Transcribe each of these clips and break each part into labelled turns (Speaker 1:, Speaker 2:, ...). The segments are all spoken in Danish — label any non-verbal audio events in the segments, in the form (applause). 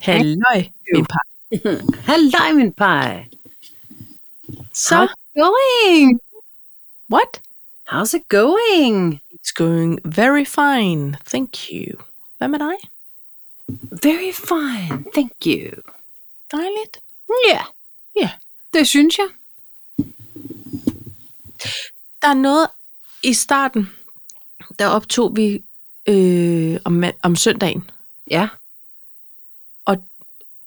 Speaker 1: Halløj, min par.
Speaker 2: Halløj, min pej.
Speaker 1: Så,
Speaker 2: How's it going?
Speaker 1: what?
Speaker 2: How's it going?
Speaker 1: It's going very fine, thank you. Hvad med dig?
Speaker 2: Very fine, thank you.
Speaker 1: Dejligt.
Speaker 2: Ja. Yeah.
Speaker 1: Ja.
Speaker 2: Det synes jeg.
Speaker 1: Der er noget i starten, der optog vi øh, om, mand- om søndagen.
Speaker 2: Ja.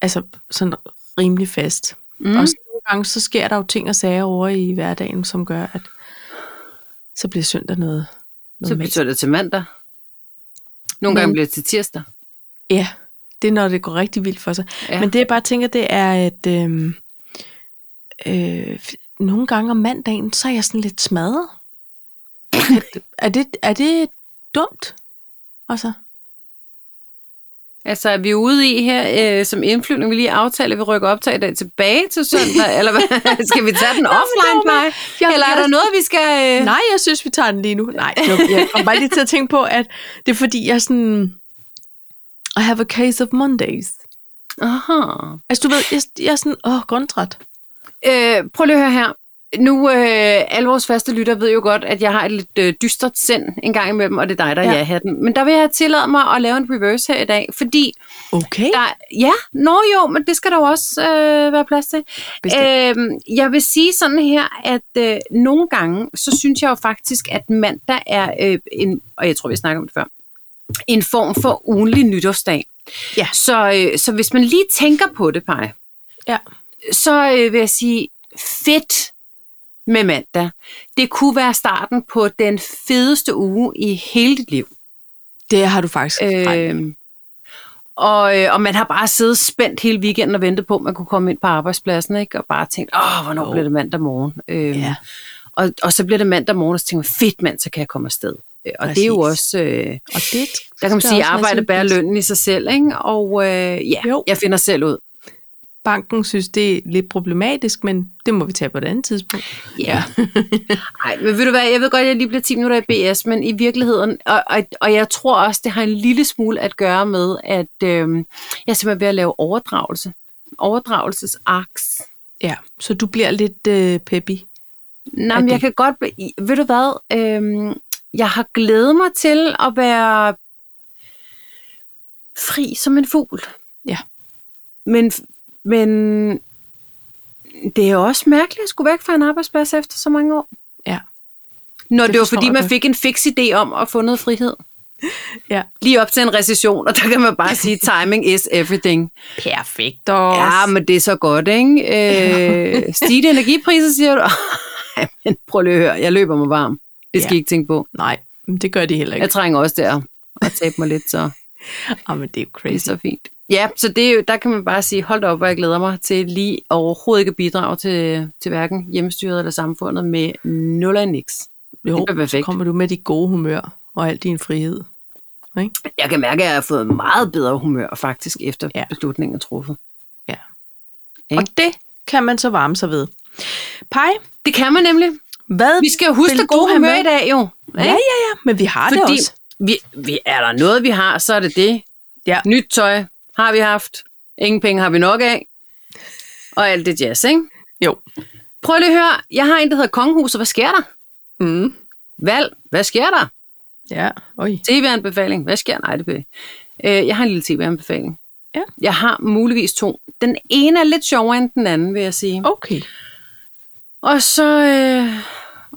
Speaker 1: Altså sådan rimelig fast.
Speaker 2: Mm.
Speaker 1: Og så nogle gange, så sker der jo ting og sager over i hverdagen, som gør, at så bliver søndag noget, noget
Speaker 2: så
Speaker 1: magisk.
Speaker 2: betyder det til mandag. Nogle
Speaker 1: Men-
Speaker 2: gange bliver det til tirsdag.
Speaker 1: Ja, det er når det går rigtig vildt for sig.
Speaker 2: Ja.
Speaker 1: Ja. Men det jeg bare tænker, det er, at øhm, øh, f- nogle gange om mandagen, så er jeg sådan lidt smadret. Er- er, det, er det dumt? Altså,
Speaker 2: Altså, er vi ude i her øh, som indflyvning, vi lige aftaler, at vi rykker optag i dag tilbage til (laughs) søndag, eller hvad? skal vi tage den offline,
Speaker 1: var
Speaker 2: nej? Eller er der noget, vi skal... Øh...
Speaker 1: Nej, jeg synes, vi tager den lige nu. Nej, det var- jeg kom bare lige til at tænke på, at det er fordi, jeg er sådan... I have a case of Mondays.
Speaker 2: Aha.
Speaker 1: Altså, du ved, jeg, jeg er sådan, åh, oh, grundtræt.
Speaker 2: Øh, prøv lige at høre her. Nu, øh, alle vores faste lytter ved jo godt, at jeg har et lidt øh, dystert sind en gang imellem, og det er dig, der
Speaker 1: Ja.
Speaker 2: ja. er hatten. Men der vil jeg tillade mig at lave en reverse her i dag, fordi
Speaker 1: Okay.
Speaker 2: der, ja, nå jo, men det skal der jo også øh, være plads til. Øhm, jeg vil sige sådan her, at øh, nogle gange, så synes jeg jo faktisk, at mandag er øh, en, og jeg tror, vi snakker om det før, en form for ugenlig nytårsdag.
Speaker 1: Ja.
Speaker 2: Så, øh, så hvis man lige tænker på det, Paj,
Speaker 1: Ja.
Speaker 2: så øh, vil jeg sige, fedt med mandag. Det kunne være starten på den fedeste uge i hele dit liv.
Speaker 1: Det har du faktisk ret i.
Speaker 2: Øhm, og, øh, og man har bare siddet spændt hele weekenden og ventet på, at man kunne komme ind på arbejdspladsen, ikke? og bare tænkt, åh, hvornår
Speaker 1: Jo.
Speaker 2: bliver det mandag morgen? Øhm,
Speaker 1: Ja.
Speaker 2: og, og så bliver det mandag morgen, og så tænker man, fedt mand, så kan jeg komme afsted. Øh, og det er jo
Speaker 1: Præcis.
Speaker 2: også, øh,
Speaker 1: Og det
Speaker 2: der kan
Speaker 1: skal
Speaker 2: man sige,
Speaker 1: også have
Speaker 2: arbejde
Speaker 1: sin
Speaker 2: bærer
Speaker 1: pris.
Speaker 2: lønnen i sig selv, ikke? og øh, ja,
Speaker 1: Jo.
Speaker 2: jo. jeg finder selv ud.
Speaker 1: banken synes, det er lidt problematisk, men det må vi tage på et andet tidspunkt.
Speaker 2: Ja. (laughs) Ej, men ved du hvad, jeg ved godt, at jeg lige bliver 10 minutter i BS, men i virkeligheden, og, og, og jeg tror også, det har en lille smule at gøre med, at øh, jeg er simpelthen ved at lave overdragelse. Overdragelsesaks.
Speaker 1: Ja, så du bliver lidt øh, peppy.
Speaker 2: Nej,
Speaker 1: Er
Speaker 2: men
Speaker 1: det-
Speaker 2: jeg kan godt... blive- i- Ved du hvad? Øhm, jeg har glædet mig til at være fri som en fugl.
Speaker 1: Ja.
Speaker 2: Men, men det er også mærkeligt at skulle væk fra en arbejdsplads efter så mange år.
Speaker 1: Ja.
Speaker 2: Når
Speaker 1: Det
Speaker 2: det, det var
Speaker 1: forstår
Speaker 2: fordi,
Speaker 1: jeg
Speaker 2: man
Speaker 1: godt.
Speaker 2: fik en fix idé om at få noget frihed.
Speaker 1: Ja.
Speaker 2: Lige op til en recession, og der kan man
Speaker 1: (laughs)
Speaker 2: bare sige, timing is everything.
Speaker 1: Perfekt også.
Speaker 2: Ja, men det er så godt, ikke?
Speaker 1: (laughs)
Speaker 2: Øh, stigende energipriser, siger du? (laughs) Ej, men prøv lige at høre, jeg løber mig varm. Det skal
Speaker 1: Ja.
Speaker 2: ja. I ikke tænke på.
Speaker 1: Nej, men det gør de heller ikke.
Speaker 2: Jeg trænger også der at tabe mig lidt, så
Speaker 1: Ah, men det er jo
Speaker 2: det er
Speaker 1: crazy.
Speaker 2: så fint. Ja, så det er jo, der kan man bare sige, hold da op, hvor jeg glæder mig til lige overhovedet ikke at bidrage til, til hverken hjemmestyret eller samfundet med nul og niks.
Speaker 1: Jo,
Speaker 2: det er perfekt.
Speaker 1: så kommer du med dit gode humør og al din frihed.
Speaker 2: Jeg kan mærke, at jeg har fået meget bedre humør faktisk efter
Speaker 1: Ja.
Speaker 2: ja. beslutningen er truffet.
Speaker 1: Og det kan man så varme sig ved. Pej,
Speaker 2: Det kan man nemlig.
Speaker 1: hvad?
Speaker 2: Vi skal jo huske
Speaker 1: Vil
Speaker 2: det
Speaker 1: du
Speaker 2: gode
Speaker 1: have
Speaker 2: humør
Speaker 1: med?
Speaker 2: i dag jo.
Speaker 1: Ja, ja, ja, men vi har det
Speaker 2: Fordi-
Speaker 1: også.
Speaker 2: Vi, vi, er der noget, vi har, så er det det.
Speaker 1: Ja.
Speaker 2: Nyt tøj har vi haft. Ingen penge har vi nok af. Og alt det jazz, ikke?
Speaker 1: Jo.
Speaker 2: Prøv lige at høre. Jeg har en, der hedder Kongehuset. Hvad sker der?
Speaker 1: Mm.
Speaker 2: Valg. Hvad sker der?
Speaker 1: Ja, oj.
Speaker 2: TV-anbefaling. Hvad sker? Nej, det bliver... Øh, jeg har en lille TV-anbefaling.
Speaker 1: Ja.
Speaker 2: Jeg har muligvis to. Den ene er lidt sjovere end den anden, vil jeg sige.
Speaker 1: Okay.
Speaker 2: Og så øh,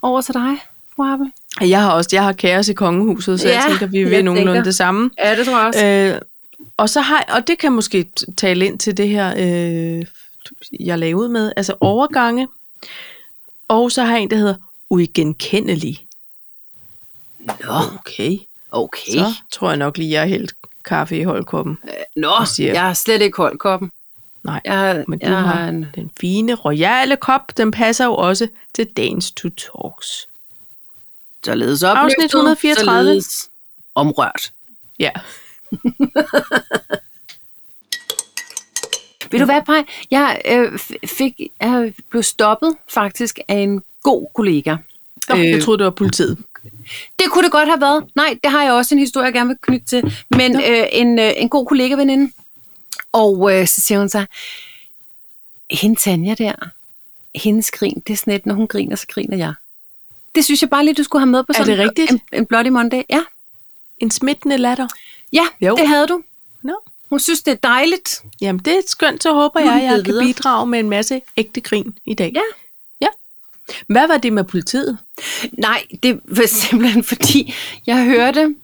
Speaker 2: over til dig, fru Appel.
Speaker 1: Jeg har også, jeg har kaos i kongehuset, så ja, jeg
Speaker 2: Ja,
Speaker 1: tænker, vi
Speaker 2: jeg
Speaker 1: vil nogenlunde
Speaker 2: tænker.
Speaker 1: det samme.
Speaker 2: Ja, det tror jeg
Speaker 1: Øh, og så har og det kan måske t- tale ind til det her, øh, jeg lavede med, altså overgange. Og så har jeg en, der hedder uigenkendelig.
Speaker 2: Nå,
Speaker 1: Okay.
Speaker 2: okay.
Speaker 1: Så tror jeg nok lige, jeg har hældt kaffe i holdkoppen.
Speaker 2: Nå,
Speaker 1: siger-
Speaker 2: jeg har slet ikke holdt koppen.
Speaker 1: Nej,
Speaker 2: Jeg har,
Speaker 1: men du
Speaker 2: jeg
Speaker 1: har-
Speaker 2: har en
Speaker 1: Den fine royale kop, den passer jo også til dagens to talks.
Speaker 2: Således opløftet,
Speaker 1: Afsnit 134.
Speaker 2: Således omrørt.
Speaker 1: Ja.
Speaker 2: Ved du hvad, Paj? Jeg, øh, f- fik, jeg blev stoppet faktisk af en god kollega.
Speaker 1: Nå, øh. Jeg
Speaker 2: Øh.
Speaker 1: troede, det var politiet.
Speaker 2: Det kunne det godt have været. Nej, det har jeg også en historie, jeg gerne vil knytte til. Men øh, en, øh, en god kollega-veninde, Og øh, så siger hun så, hende Tanja der, hendes grin, det er sådan lidt, når hun griner, så griner jeg. Det synes jeg bare lige, du skulle have med på
Speaker 1: Er
Speaker 2: sådan
Speaker 1: det rigtigt?
Speaker 2: en, en Bloody Monday. Ja,
Speaker 1: En smittende latter.
Speaker 2: ja
Speaker 1: Jo.
Speaker 2: det havde du.
Speaker 1: Nå.
Speaker 2: Hun synes, det er dejligt.
Speaker 1: Jamen, det er skønt, så håber
Speaker 2: Nu er
Speaker 1: jeg,
Speaker 2: vi
Speaker 1: jeg
Speaker 2: blevet
Speaker 1: kan
Speaker 2: videre.
Speaker 1: bidrage med en masse ægte grin i dag.
Speaker 2: Ja.
Speaker 1: Ja. Hvad var det med politiet?
Speaker 2: Nej, det var (laughs) simpelthen fordi, jeg hørte,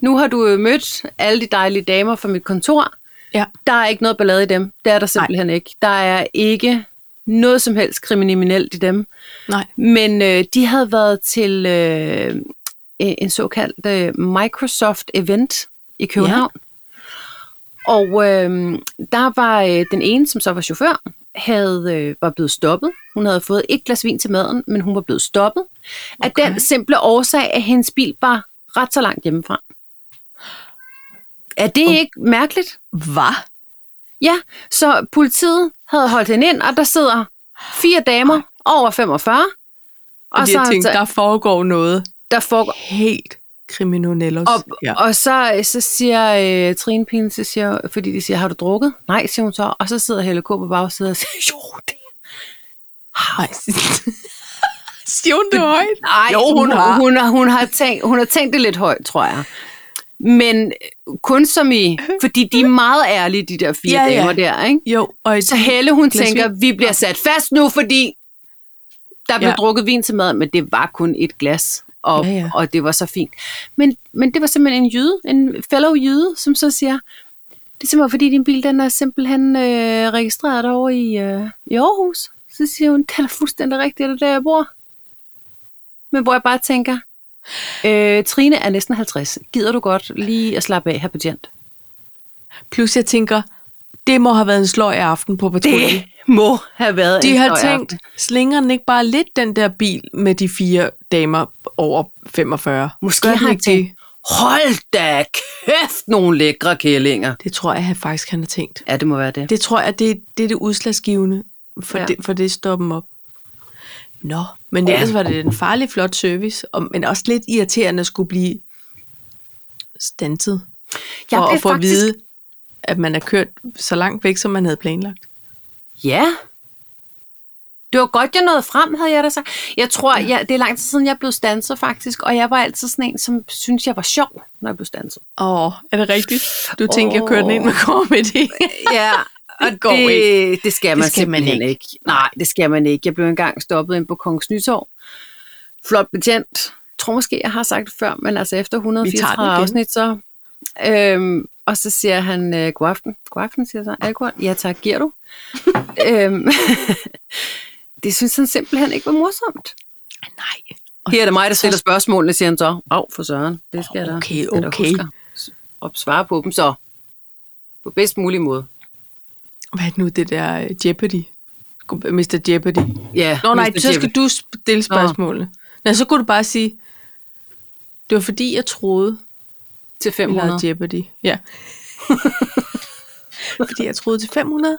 Speaker 2: nu har du øh, mødt alle de dejlige damer fra mit kontor.
Speaker 1: Ja.
Speaker 2: Der er ikke noget ballade i dem. Det er der simpelthen Nej. ikke. Der er ikke noget som helst kriminelt i dem.
Speaker 1: Nej.
Speaker 2: Men øh, de havde været til øh, øh, en såkaldt øh, Microsoft-event i København. Ja. Og øh, der var øh, den ene, som så var chauffør, havde, øh, var blevet stoppet. Hun havde fået et glas vin til maden, men hun var blevet stoppet. Okay. Af
Speaker 1: Okay.
Speaker 2: den simple årsag, at hendes bil var ret så langt hjemmefra. Er det
Speaker 1: Um.
Speaker 2: ikke mærkeligt?
Speaker 1: Hvad?
Speaker 2: Ja, så politiet havde holdt hende ind, og der sidder fire damer over 45.
Speaker 1: Og
Speaker 2: Og
Speaker 1: jeg
Speaker 2: så,
Speaker 1: tænkte, der foregår noget
Speaker 2: der foregår,
Speaker 1: helt kriminellos.
Speaker 2: Og, ja. og så, så siger øh, Trine Pien, så siger, fordi de siger, har du drukket? Nej, siger hun så. Og så sidder Helle K. på bagsiden og siger, jo, det
Speaker 1: Nej. (laughs) Siger hun det højt?
Speaker 2: Nej,
Speaker 1: Jo, hun har.
Speaker 2: Hun, har, hun, har tænkt, hun har tænkt det lidt højt, tror jeg. Men kun som i, fordi de er meget ærlige, de der fire
Speaker 1: Ja,
Speaker 2: ja,
Speaker 1: ja.
Speaker 2: damer der, ikke?
Speaker 1: Jo, og et,
Speaker 2: Så Helle, hun
Speaker 1: Glas
Speaker 2: tænker, vi bliver sat fast nu, fordi der blev
Speaker 1: Ja.
Speaker 2: ja. drukket vin til mad, men det var kun et glas, og,
Speaker 1: Ja,
Speaker 2: ja,
Speaker 1: ja.
Speaker 2: ja. og det var så fint. Men, men det var simpelthen en jyde, en fellow jyde, som så siger, det er simpelthen fordi din bil, den er simpelthen øh, registreret over i, øh, i Aarhus. Så siger hun, det er da fuldstændig rigtigt, det er der, jeg bor. Men hvor jeg bare tænker, øh, Trine er næsten 50. Gider du godt lige at slappe af her på Gent?
Speaker 1: plus jeg tænker, det må have været en sløj aften på patruljen.
Speaker 2: må have været
Speaker 1: De
Speaker 2: en
Speaker 1: har
Speaker 2: sløj
Speaker 1: tænkt, slinger den ikke bare lidt den der bil med de fire damer over 45?
Speaker 2: Måske
Speaker 1: Gør
Speaker 2: har
Speaker 1: den
Speaker 2: han
Speaker 1: ikke det?
Speaker 2: tænkt, hold da kæft, nogle lækre kællinger.
Speaker 1: Det tror jeg han faktisk, han har tænkt.
Speaker 2: Ja, det må være det.
Speaker 1: Det tror jeg, det, det er det udslagsgivende for, ja.
Speaker 2: Ja.
Speaker 1: det, for det stoppen op. Nå, men
Speaker 2: Ja.
Speaker 1: ellers var det en farlig flot service, og, men også lidt irriterende at skulle blive stanset.
Speaker 2: Jeg
Speaker 1: og
Speaker 2: blev
Speaker 1: at få
Speaker 2: faktisk-
Speaker 1: at vide, at man er kørt så langt væk, som man havde planlagt.
Speaker 2: Ja. Det var godt, jeg nåede frem, havde jeg da sagt. Jeg tror, jeg, det er lang tid siden, jeg blev stanset faktisk, og jeg var altid sådan en, som synes jeg var sjov, når jeg blev stanset.
Speaker 1: Åh, er det rigtigt? Du tænkte, jeg
Speaker 2: Åh.
Speaker 1: kørte den ind med
Speaker 2: (laughs)
Speaker 1: comedy.
Speaker 2: Ja, og
Speaker 1: går
Speaker 2: det, det, det skal man
Speaker 1: skal man
Speaker 2: simpelthen
Speaker 1: ikke.
Speaker 2: ikke. Nej, det skal man ikke. Jeg blev engang stoppet ind på Kongens Nytorv. Flot betjent. Jeg tror måske, jeg har sagt det før, men altså efter
Speaker 1: Vi
Speaker 2: 134
Speaker 1: tager den igen.
Speaker 2: afsnit, så... Øhm, og så siger han, øh, god aften. God aften, siger jeg så. Alkohol? Ja tak, giver (laughs) du? øhm, (laughs) det synes han simpelthen ikke var morsomt.
Speaker 1: Nej.
Speaker 2: Her er det mig, der stiller spørgsmålene, siger han så. Au, for søren. Det skal jeg da-
Speaker 1: Okay,
Speaker 2: skal jeg da
Speaker 1: okay.
Speaker 2: huske at- at svare på dem så. På bedst mulig måde.
Speaker 1: Hvad er det nu, det der øh, Jeopardy? Mr. Jeopardy.
Speaker 2: Ja,
Speaker 1: Nå nej,
Speaker 2: Mr.
Speaker 1: så
Speaker 2: Jeppe.
Speaker 1: skal du stille spørgsmålene. Nå, så kunne du bare sige, det var fordi, jeg troede,
Speaker 2: til
Speaker 1: vi
Speaker 2: 500.
Speaker 1: lavede Jeopardy.
Speaker 2: (laughs)
Speaker 1: Ja. fordi jeg troede til 500. (laughs)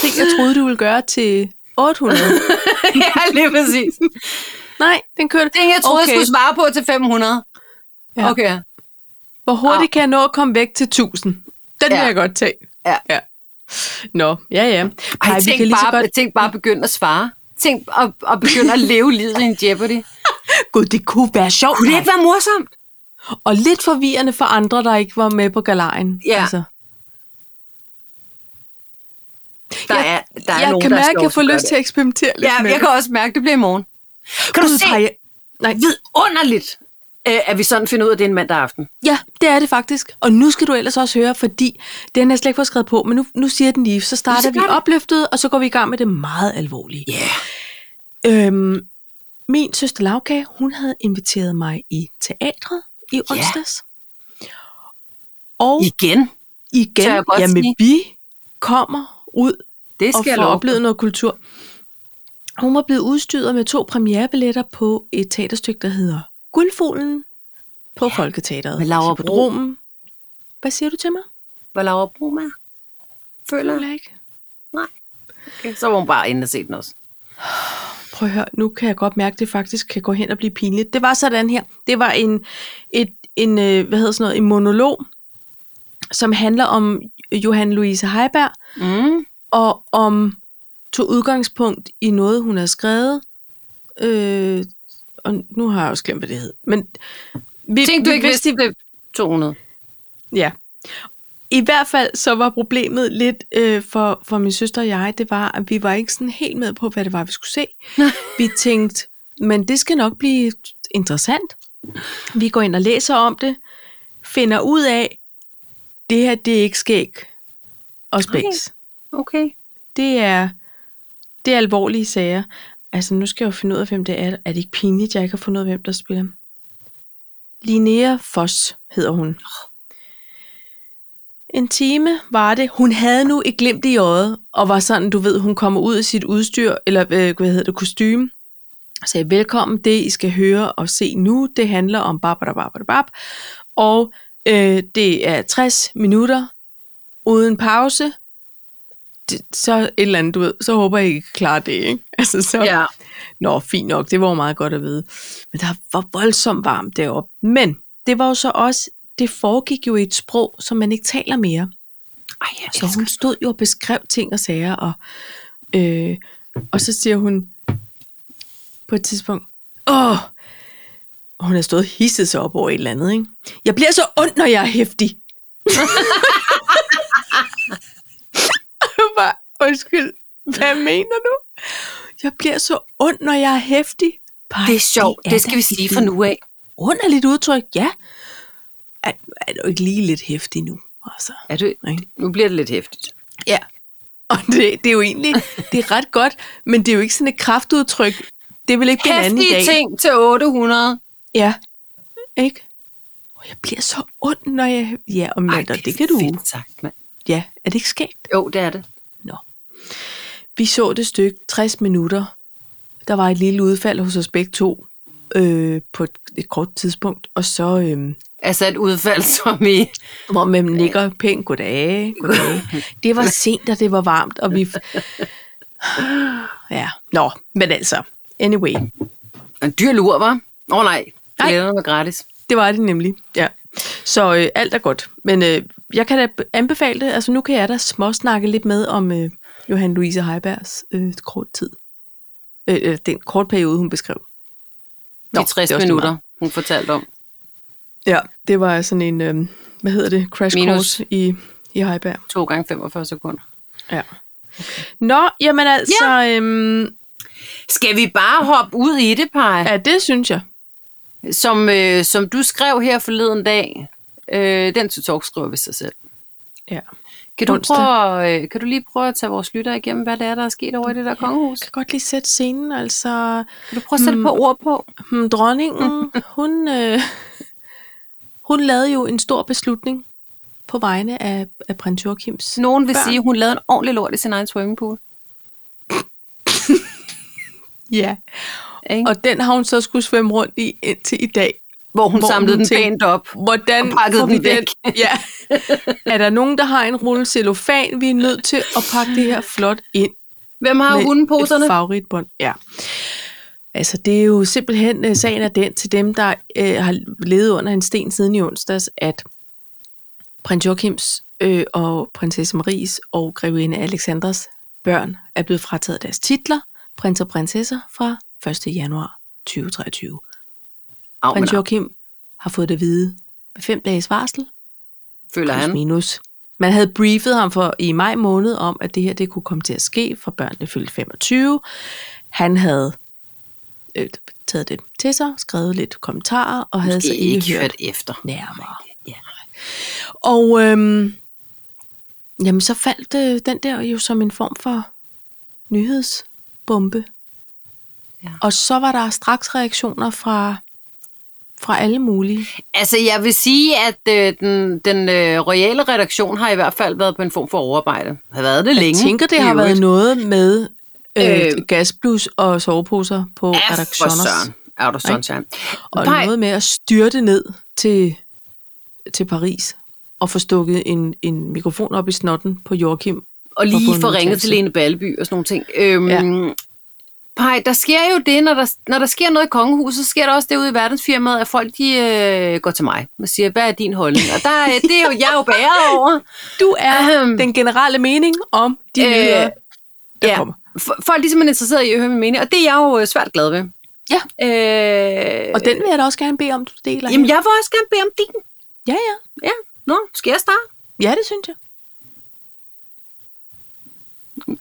Speaker 1: Ting, jeg troede, du ville gøre til 800.
Speaker 2: (laughs) ja, lige præcis.
Speaker 1: Nej, den kørte.
Speaker 2: Det, jeg troede, okay. jeg
Speaker 1: Okay.
Speaker 2: skulle svare på til 500.
Speaker 1: Ja.
Speaker 2: Ja. Okay.
Speaker 1: Hvor hurtigt kan jeg nå at komme væk til 1000? Den ja.
Speaker 2: Ah. Ja.
Speaker 1: vil jeg godt tage.
Speaker 2: Ja.
Speaker 1: ja. Nå, ja ja.
Speaker 2: Ej,
Speaker 1: Ej, vi
Speaker 2: tænk,
Speaker 1: kan lige så
Speaker 2: bare,
Speaker 1: godt...
Speaker 2: tænk bare at begynde at svare. Tænk at, at begynde at leve livet i en Jeopardy.
Speaker 1: Gud, det kunne være sjovt.
Speaker 2: Kunne det ikke være morsomt?
Speaker 1: Og lidt forvirrende for andre, der ikke var med på galejen. Altså.
Speaker 2: Ja. Der
Speaker 1: Jeg-
Speaker 2: er, der er
Speaker 1: jeg
Speaker 2: nogen,
Speaker 1: kan
Speaker 2: der er
Speaker 1: mærke, at
Speaker 2: sjove,
Speaker 1: jeg får
Speaker 2: som gør
Speaker 1: lyst
Speaker 2: det.
Speaker 1: til at eksperimentere lidt
Speaker 2: Ja,
Speaker 1: med det.
Speaker 2: jeg kan også mærke, det bliver i morgen. Kan du
Speaker 1: Gud,
Speaker 2: se,
Speaker 1: har jeg- Nej,
Speaker 2: vidunderligt, øh, at vi sådan finder ud af, at det er en mandag aften.
Speaker 1: ja, det er det faktisk. Og nu skal du ellers også høre, fordi den har jeg slet ikke fået skrevet på, men nu, nu siger den lige, så starter
Speaker 2: Så
Speaker 1: vi
Speaker 2: gør det.
Speaker 1: opløftet, og så går vi i gang med det meget alvorlige.
Speaker 2: Ja. Yeah.
Speaker 1: Øhm, min søster Lavka, hun havde inviteret mig i teatret i onsdags. Og
Speaker 2: Igen.
Speaker 1: igen,
Speaker 2: tør jeg godt
Speaker 1: jamen
Speaker 2: sige.
Speaker 1: vi kommer ud
Speaker 2: Det skal
Speaker 1: og
Speaker 2: jeg
Speaker 1: få
Speaker 2: love.
Speaker 1: oplevet noget kultur. Hun var blevet udstyret med to premierebilletter på et teaterstykke, der hedder Guldfuglen på ja, Folketeateret.
Speaker 2: med Laura
Speaker 1: Altså
Speaker 2: Bro.
Speaker 1: Dromen. Hvad siger du til mig?
Speaker 2: Hvad Laura Brug med? Føler jeg.
Speaker 1: Føler jeg ikke.
Speaker 2: Okay, Så var hun bare inde og se den også.
Speaker 1: Prøv at høre, nu kan jeg godt mærke, at det faktisk kan gå hen og blive pinligt. Det var sådan her. Det var en, et, en øh, hvad hedder sådan noget, en monolog som handler om Johan Louise Heiberg,
Speaker 2: Mm.
Speaker 1: og om tog udgangspunkt i noget, hun har skrevet. Øh, og nu har jeg også glemt, hvad det hed. Men vi,
Speaker 2: Tænk, du
Speaker 1: vi
Speaker 2: ikke vidste, det blev 200.
Speaker 1: Ja. I hvert fald så var problemet lidt øh, for, for min søster og jeg, det var, at vi var ikke sådan helt med på, hvad det var, vi skulle
Speaker 2: (laughs)
Speaker 1: se.
Speaker 2: Nej.
Speaker 1: Vi tænkte, men det skal nok blive interessant. Vi går ind og læser om det, finder ud af, det her, det er ikke skæg og spæks.
Speaker 2: Okay. Okay.
Speaker 1: Det er, det er alvorlige sager. Altså, nu skal jeg jo finde ud af, hvem det er. Er det ikke pinligt, jeg ikke har fundet ud af, hvem der spiller? Linnea Foss hedder hun. En time var det. Hun havde nu et glimt i øjet, og var sådan, du ved, hun kommer ud af sit udstyr, eller øh, hvad hedder det, kostume, og sagde, velkommen, det I skal høre og se nu, det handler om babadababadabab, og øh, det er 60 minutter uden pause, det, så et eller andet, du ved, så håber jeg, I kan klare det, ikke? (laughs) Altså, så,
Speaker 2: Ja.
Speaker 1: Nå, fint nok, det var jo meget godt at vide. Men der var voldsomt varmt deroppe. Men det var jo så også, det foregik jo i et sprog, som man ikke taler mere.
Speaker 2: Ej, jeg
Speaker 1: Så hun stod jo og beskrev ting og sager, og, øh, og så siger hun på et tidspunkt, åh, Og hun har stået og hisset sig op over et eller andet, ikke? Jeg bliver så ond, når jeg er hæftig. (laughs) bare, undskyld, hvad mener du? Jeg bliver så ond, når jeg er hæftig. Bare,
Speaker 2: Det er sjovt, det, det skal
Speaker 1: da
Speaker 2: vi
Speaker 1: et
Speaker 2: sige fra nu af.
Speaker 1: Underligt udtryk, ja. Er, er du ikke lige lidt hæftig nu? Altså.
Speaker 2: Er du,
Speaker 1: Nej.
Speaker 2: nu bliver det lidt hæftigt.
Speaker 1: Ja. (laughs) Og det, det er jo egentlig, det er ret godt, men det er jo ikke sådan et kraftudtryk. Det vil ikke den anden i
Speaker 2: Hæftige
Speaker 1: dag.
Speaker 2: ting til 800.
Speaker 1: Ja. Ikke? Åh, Jeg bliver så ond, når jeg... Ja, og men, det, det kan du.
Speaker 2: Fedt sagt, mand.
Speaker 1: Ja, er det ikke skægt?
Speaker 2: Jo, det er det.
Speaker 1: Vi så det stykke 60 minutter. Der var et lille udfald hos os begge to øh, på et, et kort tidspunkt. Og så, øh,
Speaker 2: Altså et udfald, (laughs) som i...
Speaker 1: hvor man nikker pænt, goddag, goddag. Det var sent, og det var varmt, og vi... Ja, nå, men altså, anyway.
Speaker 2: En dyr lur, var. Åh oh, nej,
Speaker 1: Nej.
Speaker 2: det var gratis.
Speaker 1: Det var det nemlig, ja. Så øh, alt er godt. Men øh, jeg kan da b- anbefale det. Altså nu kan jeg da småsnakke lidt med om øh, Johan Louise Heibergs øh, kort tid. Øh, øh, den kort periode, hun beskrev.
Speaker 2: De
Speaker 1: Nå, det er
Speaker 2: 60
Speaker 1: også lige
Speaker 2: minutter, hun fortalte om.
Speaker 1: meget. Ja, det var sådan en, øh, hvad hedder det, crash
Speaker 2: Minus.
Speaker 1: Minus. course i, i Heiberg.
Speaker 2: 2 gange 45 sekunder.
Speaker 1: Ja. Nå, jamen altså, ja. øhm,
Speaker 2: Skal vi bare hoppe ud i det, Paj?
Speaker 1: ja, det synes jeg.
Speaker 2: Som, øh, som du skrev her forleden dag, øh, den til talk skriver vi sig selv.
Speaker 1: Ja.
Speaker 2: Kan du,
Speaker 1: Onsdag.
Speaker 2: prøve, at, øh, kan du lige prøve at tage vores lytter igennem, hvad det er, der er sket over i det der kongehus?
Speaker 1: Jeg kan godt lige sætte scenen, altså.
Speaker 2: Kan du prøve at sætte
Speaker 1: Hmm.
Speaker 2: på ord på?
Speaker 1: Hmm, dronningen, hun, øh, hun lavede jo en stor beslutning på vegne af, af prins Joachims.
Speaker 2: Nogen vil
Speaker 1: Børn.
Speaker 2: sige, at hun lavede en ordentlig lort i sin egen swimmingpool.
Speaker 1: Ja.
Speaker 2: Ikke?
Speaker 1: Og den har hun så skulle svømme rundt i indtil i dag.
Speaker 2: hvor hun
Speaker 1: hvor
Speaker 2: samlede
Speaker 1: hun
Speaker 2: den
Speaker 1: tænkte-
Speaker 2: pænt op.
Speaker 1: Hvordan
Speaker 2: Og pakkede
Speaker 1: får
Speaker 2: den
Speaker 1: vi den-
Speaker 2: væk. (laughs)
Speaker 1: Ja. Er der nogen, der har en rulle cellofan? Vi er nødt til at pakke det her flot ind
Speaker 2: Hvem har
Speaker 1: med
Speaker 2: hundeposerne?
Speaker 1: et favoritbånd. Ja. Altså, det er jo simpelthen, øh, sagen er den til dem, der øh, har levet under en sten siden i onsdags, at prins Joachims øh, og prinsesse Maries og grevinde Alexandras børn er blevet frataget deres titler, prins og prinsesser, fra 1. januar 2023.
Speaker 2: Au, men
Speaker 1: Prins Joachim har fået det at vide med fem dages varsel,
Speaker 2: føler
Speaker 1: plus
Speaker 2: han.
Speaker 1: minus. Man havde briefet ham for i maj måned om, at det her det kunne komme til at ske for børn, der fyldte 25. Han havde øh, taget det til sig, skrevet lidt kommentarer og havde så
Speaker 2: Måske
Speaker 1: ikke,
Speaker 2: ikke
Speaker 1: hørt
Speaker 2: hørt efter.
Speaker 1: nærmere.
Speaker 2: Ja.
Speaker 1: Og øhm, jamen, så faldt øh, den der jo som en form for nyhedsbombe.
Speaker 2: Ja.
Speaker 1: Ja. Og så var der straks reaktioner fra, fra alle mulige.
Speaker 2: Altså, jeg vil sige, at øh, den, den øh, royale redaktion har i hvert fald været på en form for overarbejde. Har været det længe.
Speaker 1: Jeg tænker, det
Speaker 2: Mm, i
Speaker 1: har været
Speaker 2: øvrigt.
Speaker 1: noget med øh,
Speaker 2: Øh,
Speaker 1: øh, gasblus og soveposer på
Speaker 2: Ja, for
Speaker 1: redaktioner.
Speaker 2: søren. Er du sådan, Søren?
Speaker 1: Og
Speaker 2: Pej,
Speaker 1: noget med at styrte ned til, til Paris og få stukket en, en mikrofon op i snotten på Joachim.
Speaker 2: og
Speaker 1: og få
Speaker 2: lige
Speaker 1: en
Speaker 2: få ringet
Speaker 1: udtalelse.
Speaker 2: til Lene Balby og sådan nogle ting. Øhm, ja.
Speaker 1: Ja.
Speaker 2: Pej, der sker jo det, når der, når der sker noget i kongehuset, så sker der også det ude i verdensfirmaet, at folk de, øh, går til mig og siger, hvad er din holdning? Og der, øh, det er jo, jeg er jo bærer over.
Speaker 1: Du er
Speaker 2: Ahem.
Speaker 1: den generelle mening om de
Speaker 2: Øh,
Speaker 1: nyheder, der
Speaker 2: ja.
Speaker 1: kommer.
Speaker 2: F- folk er simpelthen interesseret i at høre min mening, og det er jeg jo øh, svært glad ved.
Speaker 1: Ja.
Speaker 2: Øh,
Speaker 1: Og den vil jeg da også gerne bede om, du deler.
Speaker 2: Jamen, jeg vil også gerne bede om din.
Speaker 1: Ja, ja.
Speaker 2: Nå, skal jeg starte?
Speaker 1: Ja, det synes jeg.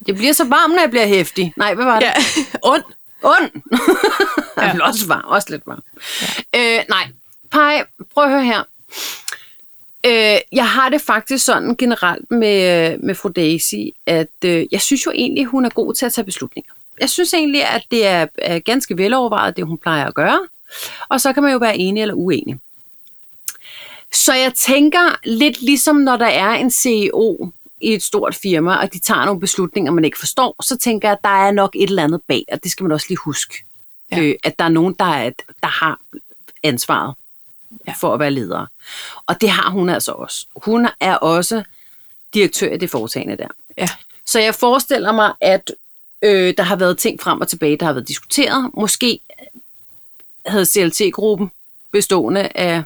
Speaker 2: Jeg bliver så varm, når jeg bliver hæftig. Nej, hvad var det?
Speaker 1: Ja. Ond.
Speaker 2: Ond! jeg bliver også varm, også lidt varm. Ja. Øh, nej, Pej, prøv at høre her. Øh, jeg har det faktisk sådan generelt med, øh, med fru Daisy, at øh, jeg synes jo egentlig, hun er god til at tage beslutninger. Jeg synes egentlig, at det er, er ganske velovervejet, det hun plejer at gøre. Og så kan man jo være enig eller uenig. Så jeg tænker lidt ligesom, når der er en CEO i et stort firma, og de tager nogle beslutninger, man ikke forstår, så tænker jeg, at der er nok et eller andet bag, og det skal man også lige huske.
Speaker 1: Ja.
Speaker 2: Ja. Øh, at der er nogen, der, er, der har ansvaret ja. for at være ledere. Og det har hun altså også. Hun er også direktør i det foretagende der.
Speaker 1: Ja.
Speaker 2: Så jeg forestiller mig, at øh, der har været ting frem og tilbage, der har været diskuteret. Måske havde CLT-gruppen bestående af